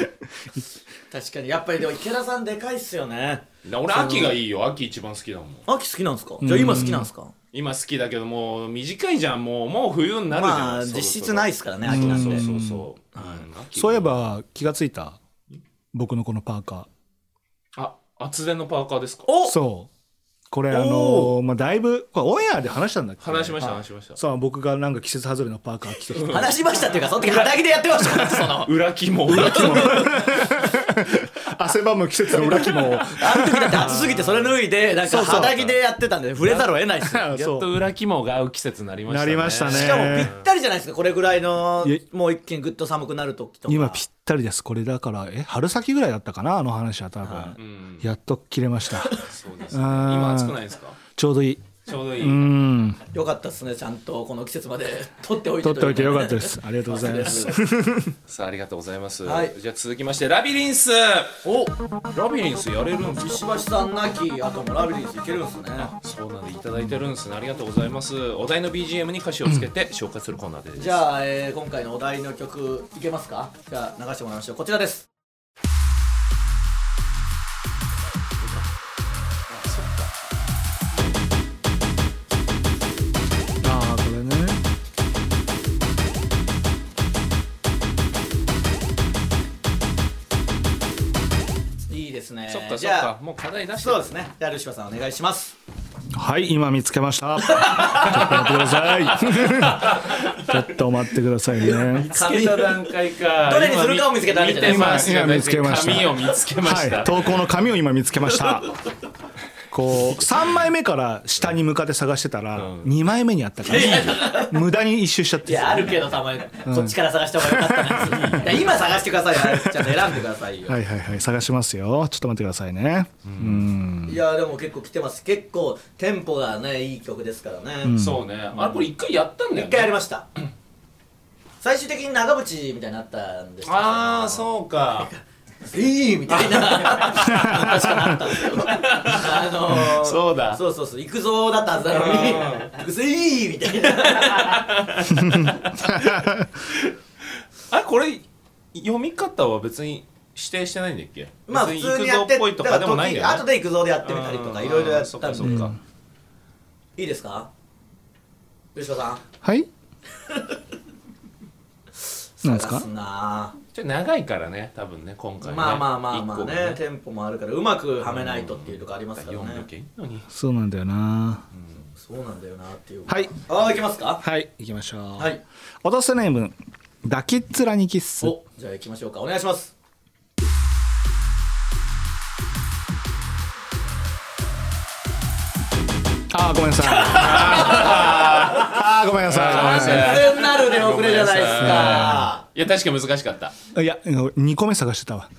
Speaker 3: 確かにやっぱりでも池田さんでかいっすよね
Speaker 1: 俺秋がいいよ秋一番好きだもん
Speaker 3: 秋好きなんですかじゃあ今好きなんですか
Speaker 1: 今好きだけどもう短いじゃんもうもう冬になるじゃん、
Speaker 3: まあ
Speaker 1: そろそろ
Speaker 3: 実質ないっすからね秋なん
Speaker 1: そう
Speaker 3: で
Speaker 1: そうそう、うん秋
Speaker 2: そういえば気がついた僕のこのパーカ
Speaker 1: あ厚手のパーカーですか
Speaker 2: ー
Speaker 3: お
Speaker 2: そうこれあのーまあだいぶこれオンエアで話したんだっけ
Speaker 1: 話しました
Speaker 2: はい
Speaker 1: 話しました
Speaker 2: そう僕がなんか季節外れのパーカー着てきて
Speaker 3: 話しましたっていうかその時肌着でやってましたからその
Speaker 1: 裏肝裏肝
Speaker 2: 汗ばむ季節の裏肝を
Speaker 3: あの時だって暑すぎてそれ脱いでなんか肌着でやってたんで触れざるを得ないっす よ
Speaker 1: やっと裏肝が合う季節になりました
Speaker 2: な
Speaker 1: ね
Speaker 2: りましたね
Speaker 3: しかもぴったりじゃないですかこれぐらいの
Speaker 2: いや
Speaker 3: もう一気にぐっと寒くなる時とか
Speaker 2: 今ぴったりですこれだからえ春先ぐらいだったかなあの話は多分、
Speaker 1: うん
Speaker 2: やっと切れました
Speaker 1: そうですね
Speaker 2: あー
Speaker 1: 今暑くないですか
Speaker 2: ちょうどいい
Speaker 1: ちょうどいい、
Speaker 2: うん
Speaker 3: よかったっすねちゃんとこの季節まで 取っておいて
Speaker 2: 取っておいてよかったですすありがとうございます
Speaker 1: さあありがとうございます、
Speaker 3: はい
Speaker 1: じゃあ続きましてラビリンス
Speaker 3: お
Speaker 1: ラビリンスやれるんです
Speaker 3: 石橋さんなきあともラビリンスいけるんすね
Speaker 1: そうなんでいただいてるんですねありがとうございますお題の BGM に歌詞をつけて紹介するコーナーです、
Speaker 3: じゃあ、えー今回のお題の曲いけますかじゃあ流してもらいましょうこちらです
Speaker 2: ああこれね
Speaker 3: いいですね
Speaker 1: そっか
Speaker 3: じ
Speaker 1: そっ
Speaker 3: ゃあ
Speaker 1: かもう課題出して
Speaker 3: そうですねじゃあルシファーさんお願いします
Speaker 2: はい今見つけました ちょっと待ってください ちょっと待ってくださいね
Speaker 1: つけた段階か
Speaker 3: どれにするかを見つけたわけじゃない
Speaker 1: 見てます
Speaker 2: 今今見つけました
Speaker 1: 紙を見つけました、
Speaker 2: はい、投稿の紙を今見つけましたこう3枚目から下に向かって探してたら2枚目にあったから無駄に一周しちゃっ
Speaker 3: い
Speaker 2: て
Speaker 3: やあるけどたまに、こっちから探した方がよかっ たないや今探してくださいよちゃんと選んでくださいよ、
Speaker 2: はいはいはい探しますよちょっと待ってくださいねうん
Speaker 3: い、やでも結構来てます結構テンポがねいい曲ですからね、
Speaker 1: そうねあれこれ一回やったんだよ
Speaker 3: 一回やり
Speaker 1: ね
Speaker 3: ました最終的に長渕みたいになったんですよ
Speaker 1: ああそうか
Speaker 3: いいみた いな確かなったんですよあのー、
Speaker 1: そうだ
Speaker 3: そうそうそう行くぞーだったはずなのに「うせい!」みたいな
Speaker 1: あれこれ読み方は別に指定してないんだっけ
Speaker 3: まあ
Speaker 1: 別
Speaker 3: 普
Speaker 1: に
Speaker 3: 通にや
Speaker 1: 行
Speaker 3: って
Speaker 1: くぞっぽいとかでもないんだ
Speaker 3: だから
Speaker 1: よね
Speaker 3: 時々後で行くぞーでやってみたりとかいろいろやっ
Speaker 1: そったか
Speaker 3: んで
Speaker 1: そっか
Speaker 3: いいですか吉川さん
Speaker 2: はいなんですか
Speaker 3: 探すな
Speaker 1: ちょっと長いからね多分ね今
Speaker 3: ー
Speaker 1: 回ね
Speaker 3: まあまあまあまあ
Speaker 1: 一個が
Speaker 3: ねテンポもあるからうまくはめないとっていうとこありますから
Speaker 1: 読んな
Speaker 3: ね
Speaker 1: きゃいいのに
Speaker 2: そうなんだよな
Speaker 3: そうなんだよなっていう
Speaker 2: はい
Speaker 3: ああ行きますか
Speaker 2: はい行きましょう
Speaker 3: はい
Speaker 2: 落とすネーム抱きっ面にキッス
Speaker 3: おじゃあ行きましょうかお願いします
Speaker 2: あーごめんなさいあーごめんなさ
Speaker 3: 完全なる出遅れじゃないですか
Speaker 1: いや確かに難しかった
Speaker 2: いいや2個目探してたわ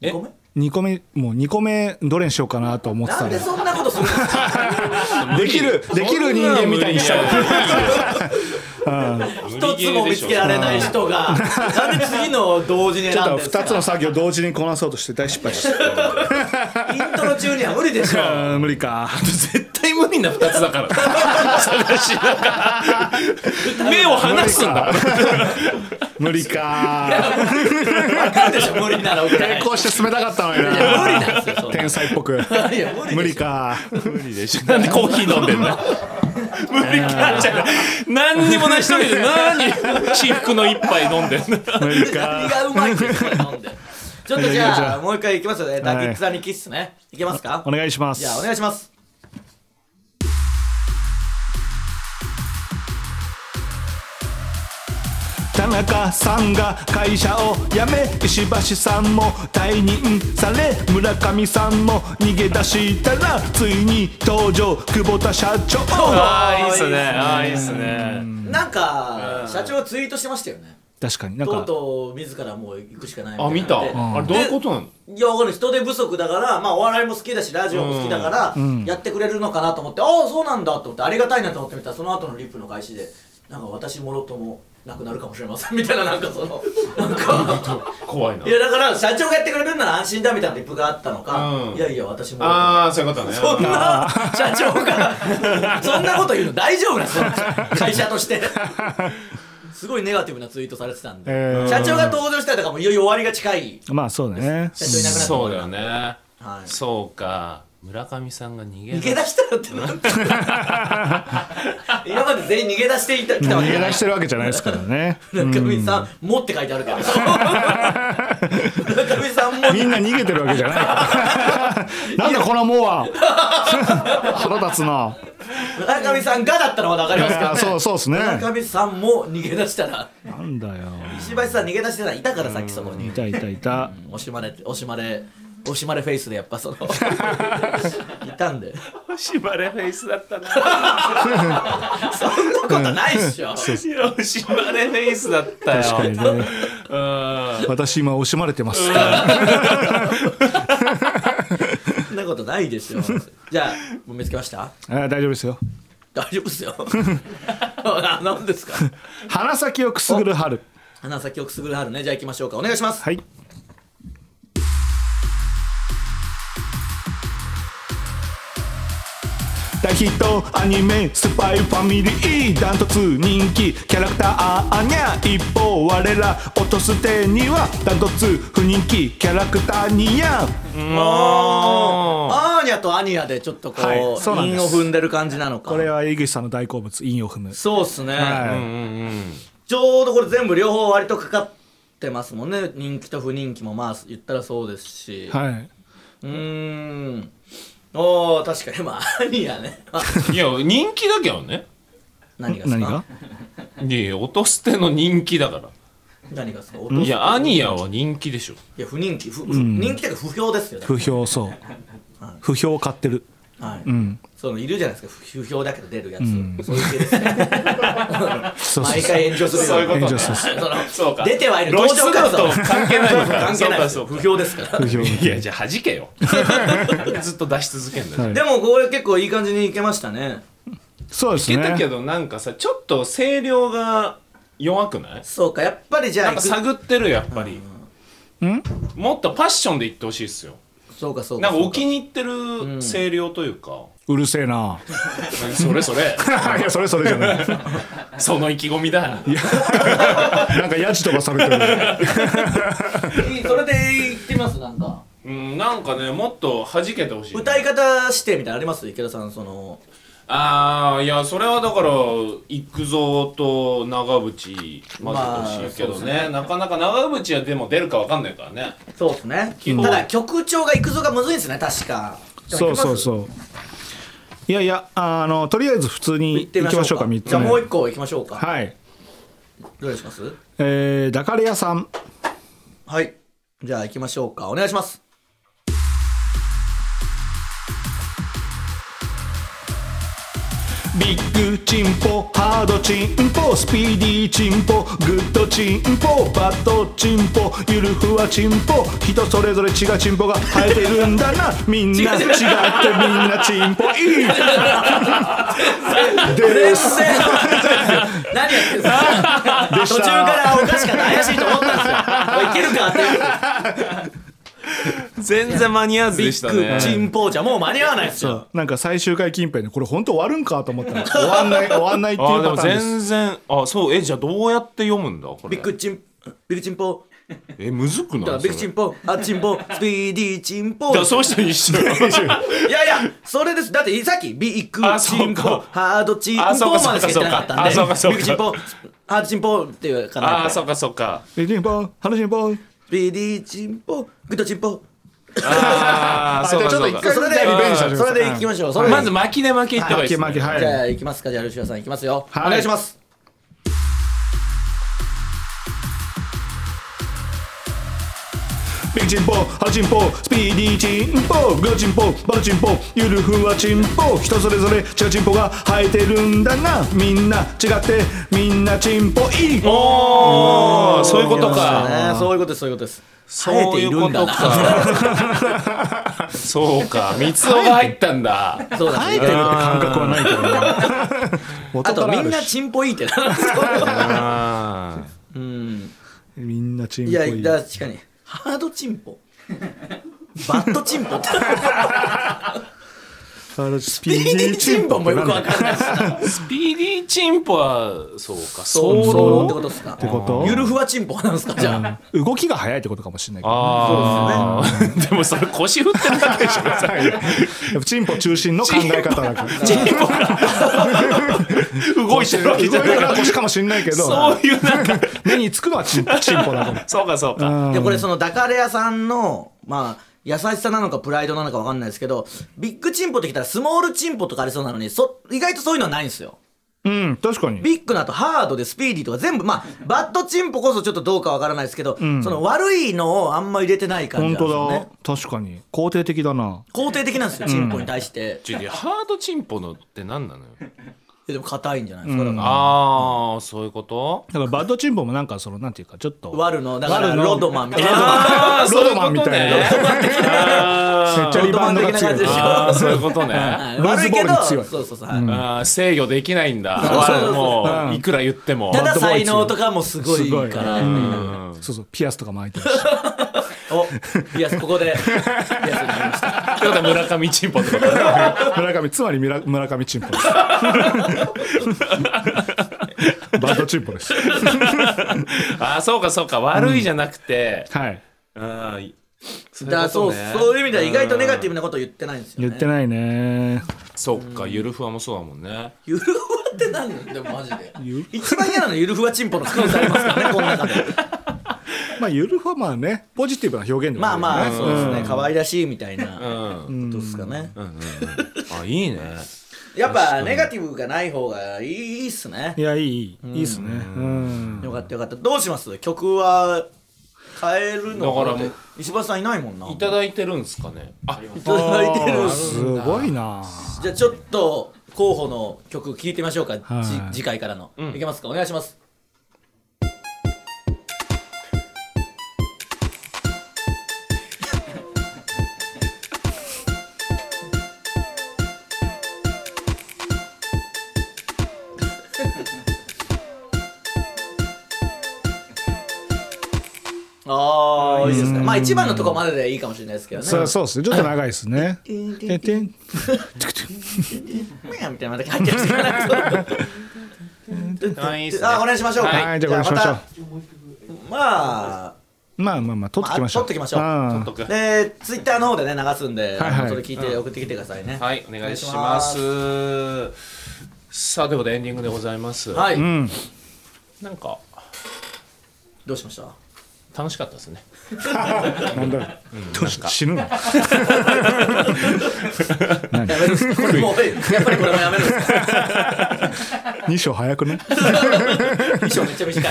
Speaker 1: え
Speaker 3: ごめん
Speaker 2: 2個目もう2個目どれにしようかなと思ってた
Speaker 3: なん
Speaker 2: の
Speaker 3: でそんなことするんですか
Speaker 2: できるできる人間みたいにしたの
Speaker 3: 一つも見つけられない人がなんで次の同時に
Speaker 2: ちょっ
Speaker 3: 選
Speaker 2: と
Speaker 3: んでるんですか
Speaker 2: 2つの作業同時にこなそうとして大失敗し
Speaker 3: イントロ中には無理でしょ
Speaker 2: たうん無理か
Speaker 1: 絶対無理な二つだから探しながら目を離すんだ
Speaker 2: 無理 か
Speaker 3: 分かるでしょ無理なのぐらい
Speaker 2: こうして進めたかったのに
Speaker 3: いや無理
Speaker 2: な
Speaker 3: なんですよそんな
Speaker 2: 天才っぽく
Speaker 3: いや無理
Speaker 2: 無理か
Speaker 1: 無理でしょなんでコーヒー飲んでんだ無理かじゃん何にもない一人で何私服の一杯飲んでんだ
Speaker 2: 無理
Speaker 3: 何
Speaker 2: か
Speaker 3: がうまいってそれ飲んでちょっとじ
Speaker 2: いやい
Speaker 3: ゃ
Speaker 2: や
Speaker 3: あもう一回いきますよね
Speaker 2: はい
Speaker 3: ダキッツァにキッスねいけますか
Speaker 2: お願いします
Speaker 3: じゃあお願いします
Speaker 2: 田中さんが会社を辞め石橋さんも退任され村上さんも逃げ出したらついに登場久保田社長
Speaker 1: あーいいっすねあーいいっすね
Speaker 3: なんか社長ツイートしてましたよね
Speaker 2: 確かになん
Speaker 3: と
Speaker 2: か
Speaker 3: うとう自らもう行くしかないみ
Speaker 1: あ見た
Speaker 3: いなので
Speaker 1: あれどういうことなの
Speaker 3: いやわかんない人手不足だからまあお笑いも好きだしラジオも好きだからやってくれるのかなと思って、ああそうなんだと思ってありがたいなと思ってみたらその後のリップの開始でなんか私もろともなくなるかもしれませんみたいななんかそのなんか
Speaker 1: 怖いない
Speaker 3: やだから社長がやってくれるなら安心だみたいなリップがあったのか、
Speaker 1: うん
Speaker 3: いやいや私もろとも
Speaker 1: ああそういうことね
Speaker 3: そんな社長 がそんなこと言うの大丈夫なんですか会社としてすごいネガティブなツイートされてたんで、
Speaker 2: えー
Speaker 3: 社長が登場したりとかもいよいよ終わりが近い
Speaker 2: まあそうだね
Speaker 3: 社長いなくなった
Speaker 1: そうだよね
Speaker 3: はい
Speaker 1: そうか村上さんが逃げ
Speaker 3: 逃
Speaker 1: 出
Speaker 3: げ出したらってなんだ 今まで全員逃げ出していた来たわけ
Speaker 2: 逃
Speaker 3: じ
Speaker 2: げ
Speaker 3: ゃない
Speaker 2: 出してるわけじゃないですからね
Speaker 3: 村上さん「も」って書いてあるけど村上さんも
Speaker 2: みんな逃げてるわけじゃないなんだこのもうは腹立つな
Speaker 3: 村上さんがだったのは分かりますけど
Speaker 2: あそうそうですね
Speaker 3: 村上さんも逃げ出したら
Speaker 2: なんだよ
Speaker 3: 石橋さん逃げ出してたらいたからさっきそこに
Speaker 2: いたいたいた
Speaker 3: 惜しまれて惜しまれ惜しまれフェイスでやっ ぱそのいたんで
Speaker 1: 縛れフェイスだったな
Speaker 3: そんなことないっしょ
Speaker 1: 縛れフェイスだったよ
Speaker 2: 確かにね
Speaker 1: うん
Speaker 2: 私今惜しまれてます
Speaker 3: そんなことないですよじゃあもう見つけました
Speaker 2: あ大丈夫ですよ
Speaker 3: 大丈夫っ すよあ何ですか
Speaker 2: 鼻先をくすぐる春
Speaker 3: 花咲をくすぐる春ねじゃあ行きましょうかお願いします
Speaker 2: はい大ヒットアニメ「スパイファミリー」ダントツ人気キャラクターアーニャ一方我ら落とす手にはダントツ不人気キャラクターニヤ
Speaker 3: アーニャとアニヤでちょっとこう、
Speaker 2: はいそうなんです
Speaker 3: 韻を踏んでる感じなのか
Speaker 2: これは井口さんの大好物陰を踏む
Speaker 3: そうっすね、
Speaker 1: うん
Speaker 2: は
Speaker 1: うん
Speaker 3: ちょうどこれ全部両方割とかかってますもんね人気と不人気もまあ言ったらそうですし、
Speaker 2: い、はい、
Speaker 3: うーんおー確かにまあアニヤねあ
Speaker 1: うんいや人気だけどね
Speaker 3: 何がです
Speaker 2: 何
Speaker 3: か
Speaker 2: が
Speaker 1: いやいや音捨ての人気だか
Speaker 3: 何がですかお
Speaker 1: ら
Speaker 3: 父
Speaker 1: い
Speaker 3: さん
Speaker 1: やアニヤは人気でしょ
Speaker 3: いや不人気不不人気っていうか不評ですよね
Speaker 2: 不評そう不評を買ってる
Speaker 3: はい
Speaker 2: うん
Speaker 3: そのいるじゃないですか不評だけど出るやつ、そういう系ですね
Speaker 2: そうそうそう
Speaker 3: 毎回炎上する
Speaker 1: そういう
Speaker 3: よ
Speaker 1: こと
Speaker 3: うな
Speaker 1: ね
Speaker 2: 炎上する
Speaker 3: その
Speaker 1: そうか
Speaker 3: 出てはいる
Speaker 1: 露出度と
Speaker 3: どうしようか
Speaker 1: 関係ないもん
Speaker 3: 関係ないです
Speaker 1: そう
Speaker 3: よ
Speaker 1: か
Speaker 3: 不評ですから
Speaker 2: 不評
Speaker 1: そうかいやじゃあ弾け よずっと出し続けんだよ、
Speaker 2: はい
Speaker 3: でもこれ結構いい感じにいけましたね
Speaker 2: そうです
Speaker 1: 弾けたけ
Speaker 2: ね
Speaker 1: どなんかさちょっと声量が弱くない
Speaker 3: そうかやっぱりじゃ
Speaker 1: な
Speaker 3: あ
Speaker 1: んか探ってるやっぱり
Speaker 2: うん
Speaker 1: もっとパッションで言ってほしいっすよ
Speaker 3: そうかそう
Speaker 1: な
Speaker 3: か
Speaker 1: んか
Speaker 3: そう
Speaker 1: お気に入ってる声量というか、
Speaker 2: うるせえな
Speaker 1: それそ れ
Speaker 2: いやそれそれじゃない
Speaker 1: その意気込みだ
Speaker 2: なんかやじ飛ばされてる
Speaker 3: いいそれでいってみますなんか
Speaker 1: うんなんかねもっと弾けてほしい
Speaker 3: 歌い方してみたいなのあります池田さんその
Speaker 1: ああいやそれはだから育三と長渕混ぜてほしいけどね,、
Speaker 3: まあそうですね
Speaker 1: なかなか長渕はでも出るかわかんないからね
Speaker 3: そうですね
Speaker 1: うん
Speaker 3: ただ曲調がいくぞがむずいんですね確か
Speaker 2: そうそう
Speaker 3: う
Speaker 2: そういやいやあのとりあえず普通に
Speaker 3: 行ってみ
Speaker 2: 行
Speaker 3: ま
Speaker 2: きまし
Speaker 3: し
Speaker 2: ょ
Speaker 3: ょ
Speaker 2: う
Speaker 3: う
Speaker 2: か
Speaker 3: か
Speaker 2: 3つ
Speaker 3: じゃあもう
Speaker 2: 目
Speaker 3: 一個行きましょうか、
Speaker 2: はい
Speaker 3: どうします
Speaker 2: えーダカレ屋さん
Speaker 3: はいじゃあ行きましょうかお願いします
Speaker 2: ビッグチンポハードチンポスピーディーチンポグッドチンポバッドチンポゆるふわチンポ人それぞれ違うチンポが生えてるんだなみんな違ってみんなチンポいい
Speaker 3: 全
Speaker 2: で
Speaker 3: 然 何やってんすか
Speaker 2: で
Speaker 3: 途
Speaker 2: した
Speaker 3: 中からおかしかった怪しいと思ったんですよおいいけるかって
Speaker 1: 全然間に合わず
Speaker 3: ビッグチンポじゃもう間に合わないですよ
Speaker 2: なんか最終回近辺でこれ本当終わるんかと思ったの終わんない終わんないってい
Speaker 1: あー
Speaker 2: う
Speaker 1: で
Speaker 2: パ
Speaker 1: も
Speaker 2: ターンです
Speaker 1: 全然あそうえじゃあどうやって読むんだこれ
Speaker 3: ビッグチンビッグチンポ
Speaker 1: えむずくない
Speaker 3: だからビッグチンポあチンポスピーディーチン
Speaker 1: そ
Speaker 3: ポ
Speaker 1: れだからそうしたら一 緒
Speaker 3: いやいや、それです。だって、さっき、ビッグ
Speaker 1: あ
Speaker 3: チン
Speaker 1: そう
Speaker 3: ポ
Speaker 1: か、
Speaker 3: ハードチンポま
Speaker 1: あ
Speaker 3: で
Speaker 1: そうか
Speaker 3: しか言ってなかったんで、
Speaker 1: そうかそうか
Speaker 3: ビッグチンポ、ハードチンポっていうか
Speaker 1: あ
Speaker 3: な
Speaker 1: あ、そっかそっか
Speaker 2: ビッグチンポハルチンポ
Speaker 3: ビディチンポ、グッドチンポ。
Speaker 1: ああそうか
Speaker 2: じゃあ
Speaker 1: そう
Speaker 2: ちょっと一
Speaker 1: か
Speaker 2: 回
Speaker 3: それで、
Speaker 2: じゃあリベンジしましょう
Speaker 3: それでいきましょう。それで
Speaker 1: まず巻きで巻きいってばいいで
Speaker 2: 巻き
Speaker 1: すね
Speaker 2: 巻きは
Speaker 3: じゃ
Speaker 2: い
Speaker 3: あ、行きますか。じゃあ、ルシアさん行きますよ。お
Speaker 2: はい
Speaker 3: 願いします。
Speaker 2: ビッグチンポハルチンポスピーディーチンポグーチンポバルチンポゆるふわチンポ人それぞれ違うチンポが生えてるんだなみんな違ってみんなチンポいい
Speaker 1: おおそういうことか
Speaker 3: ねそういうことです、そういうことです。生え
Speaker 1: そ
Speaker 3: て
Speaker 1: うい
Speaker 3: いうる
Speaker 1: こ
Speaker 3: んだ
Speaker 1: と
Speaker 3: な。
Speaker 1: か。そうか、三つが入ったんだ。
Speaker 3: そうだ、生えてる。
Speaker 2: 感覚はないけどな
Speaker 3: あ
Speaker 2: 元か
Speaker 3: と、
Speaker 2: ら
Speaker 3: み
Speaker 2: あ
Speaker 3: ん
Speaker 2: る
Speaker 3: な
Speaker 2: し
Speaker 3: チンポいいってな。
Speaker 1: あ
Speaker 2: みんなチンポ
Speaker 3: いや、
Speaker 2: いい
Speaker 3: だ確かに。ハードチンポ。バッドチンポって。
Speaker 2: ハルチスピ
Speaker 3: ビディチンポもよくわかんないし。
Speaker 1: ースピーディーチンポは、そうか、
Speaker 3: そう
Speaker 1: そう。
Speaker 3: そうってことですか。
Speaker 2: ってこと
Speaker 3: ゆるふわチンポなんですかじゃあ。
Speaker 2: 動きが速いってことかもしれないけど
Speaker 1: ああ、でもそれ腰振ってるだけでしょ。
Speaker 2: やっぱチンポ中心の考え方 だから
Speaker 1: チンポが動いてるわけじゃない
Speaker 2: 動いたら腰かもしれないけど
Speaker 1: そういうなんか、
Speaker 2: 目につくのはチンチンポだかも
Speaker 1: そうかそうか。
Speaker 3: でこれそのダカレ屋さんのまあ優しさなのかプライドなのかわかんないですけどビッグチンポってきたらスモールチンポとかありそうなのにそ意外とそういうのはないんですよ。
Speaker 2: うん確かに
Speaker 3: ビッグなとハードでスピーディーとか全部まあバッドチンポこそちょっとどうかわからないですけど、その悪いのをあんま入れてない感じ
Speaker 2: 本
Speaker 3: なんですよ
Speaker 2: 当だ
Speaker 3: ね。
Speaker 2: 確かに肯定的だな
Speaker 3: 肯定的なんですよ、チンポに対して。
Speaker 1: ちょいやハードチンポのって何なのよ。
Speaker 3: えでも硬いんじゃないですか、だから
Speaker 1: ああ、そういうこと
Speaker 2: だからバッドチンポもなんかそのなんていうかちょっと
Speaker 3: 悪の、だから
Speaker 2: 悪の
Speaker 3: ロドマンみたいな。
Speaker 1: ああ、
Speaker 2: ロ
Speaker 1: そういう
Speaker 2: ドマ
Speaker 1: こ
Speaker 2: ンみ
Speaker 1: と
Speaker 2: たいな
Speaker 1: ね。
Speaker 2: めっちゃリバウンドが強い
Speaker 3: ロドマン的な感じでしょ
Speaker 1: ああ、そういうことね。
Speaker 3: はい
Speaker 2: ルーズボールに強い
Speaker 3: そうそうそう。はい
Speaker 1: あー制御できないんだもういくら言っても
Speaker 3: ただ
Speaker 2: ドボーイ
Speaker 3: 才
Speaker 2: 強い
Speaker 3: 能とかもすごいから、
Speaker 2: うんそうそうピアスとか巻いてるし
Speaker 3: おピアスここでピアスになりました
Speaker 1: ってことは村上チンポってこと
Speaker 2: 村上つまり村村上チンポですバッドチンポです
Speaker 1: ああそうかそうか悪いじゃなくて、
Speaker 2: はい
Speaker 1: ああいそう
Speaker 3: だからそうそういう意味では意外とネガティブなこと言ってないんですよね
Speaker 2: 言ってないね
Speaker 1: そっかゆるふわもそうだもんね
Speaker 3: ゆるふわって何でもマジで一番嫌なのはゆるふわチンポの可能性ありますからねこ の中で
Speaker 2: まあゆるふわまあねポジティブな表現でも
Speaker 3: まあま
Speaker 2: あ
Speaker 3: あそうですね可愛らしいみたい
Speaker 1: うん
Speaker 3: なことですかね
Speaker 1: あいいね
Speaker 3: やっぱネガティブがない方がいいっすね
Speaker 2: いやいいいいいいですねうん
Speaker 3: よかったよかったどうします曲は変えるの
Speaker 1: だから
Speaker 3: って石橋さんいないもんない
Speaker 1: た だいてるんですかねあ
Speaker 3: いただいてるんす
Speaker 4: すごいな
Speaker 3: じゃあちょっと候補の曲聴いてみましょうか、じ
Speaker 4: はい
Speaker 3: 次回からの、
Speaker 1: ん
Speaker 3: いけますかお願いしますああいいですねまあ一番のとこまででいいかもしれないですけどね
Speaker 4: そうそうですねちょっと長いですねてんてん
Speaker 3: みたいなまた入ってるしあお願いしましょうか、
Speaker 4: はいじゃあこれしましょう
Speaker 3: またま
Speaker 4: まあ
Speaker 3: あ
Speaker 4: まあまあ取ってきましょう
Speaker 3: まあ取ってきましょう
Speaker 4: あー
Speaker 1: 取っとく
Speaker 3: でツイッターの方でね流すんで、
Speaker 4: はい
Speaker 3: あのそれ聞いて送ってきてくださいね、
Speaker 1: はいお願いしますさあということでエンディングでございます
Speaker 3: はい、
Speaker 4: うん
Speaker 1: なんか
Speaker 3: どうしました
Speaker 1: 楽しかったですね
Speaker 4: なんだろうどうし死ぬの
Speaker 3: やめるんですかこれもうやっぱりこれもやめるんですか
Speaker 4: 2章早くね
Speaker 3: 衣装めっちゃ短い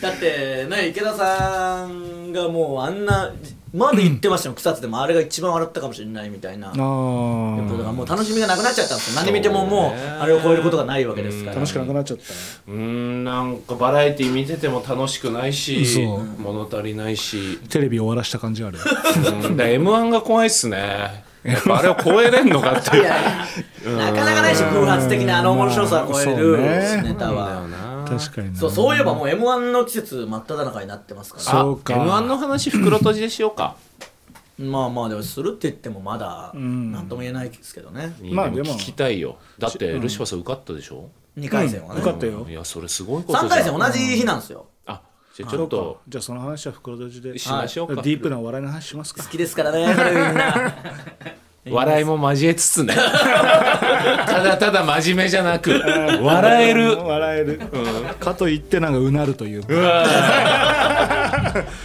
Speaker 3: だってね池田さんがもうあんなまで言ってましたよ草津でもあれが一番笑ったかもしれないみたいな
Speaker 4: あー
Speaker 3: だからもう楽しみがなくなっちゃったんですよ何見てももうあれを超えることがないわけですから
Speaker 4: 楽しくなくなっちゃった
Speaker 1: うーんなんかバラエティ見てても楽しくないし
Speaker 4: そう
Speaker 1: 物足りないし
Speaker 4: テレビ終わらした感じがある
Speaker 1: うんだ m 1が怖いっすねやっぱあれを超えれんのかって
Speaker 3: い
Speaker 1: いう
Speaker 3: やいやなかなかないし偶発的なあの面白さを超える
Speaker 4: まあそうね
Speaker 3: ネタは
Speaker 4: 確かにな
Speaker 3: そうそういえばもう m 1の季節真っ只中になってますから
Speaker 4: そうか
Speaker 1: m 1の話袋閉じでしようか
Speaker 3: まあまあでもするって言ってもまだ何とも言えないですけどね、
Speaker 4: まあ
Speaker 1: でも
Speaker 4: でも
Speaker 1: 聞きたいよだってルシファーさん受かったでしょ
Speaker 3: 2回戦はね、
Speaker 4: 受かったよ
Speaker 1: いやそれすごいことじゃん
Speaker 3: 3回戦同じ日なんですよ
Speaker 1: あじゃあちょっと
Speaker 4: じゃあその話は袋閉じで
Speaker 1: しましょうか
Speaker 4: ディープなお笑いの話しますか
Speaker 3: 好きで すからねこれみんな
Speaker 1: 笑いも交えつ つねただただ真面目じゃなく笑える
Speaker 4: 笑える、かといってなんかうなるというか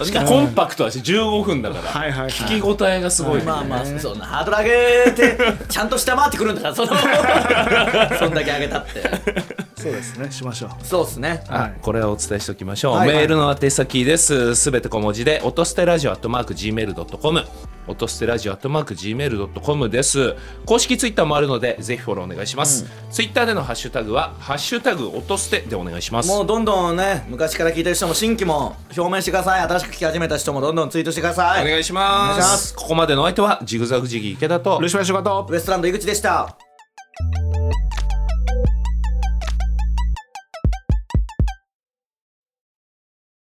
Speaker 1: しかもコンパクトだし15分だから
Speaker 4: はいはいはい
Speaker 1: 聞き応えがすごいね
Speaker 3: まあまあそんなハードル上げてちゃんと下回ってくるんだからその そんだけ上げたって
Speaker 4: そうですねしましょう
Speaker 3: そうっすね
Speaker 1: はい、これはお伝えしておきましょう、
Speaker 3: はい
Speaker 1: メールの宛先ですすべて小文字で音捨てラジオアットマーク Gmail.com 音捨てラジオアットマーク Gmail.com です公式ツイッターもあるのでぜひフォローお願いします、ツイッターでのハッシュタグは「ハッシュタグ音捨て」でお願いします
Speaker 3: もうどんどんね昔から聞いてる人も新規も表明してください新しく聞き始めた人もどんどんツイートしてくださ
Speaker 1: お
Speaker 3: い
Speaker 1: 願いします
Speaker 3: お願いします
Speaker 1: ここまでのお相手はジグザグジギー池田と
Speaker 4: ルシファー仕事
Speaker 3: ウエストランド井口でした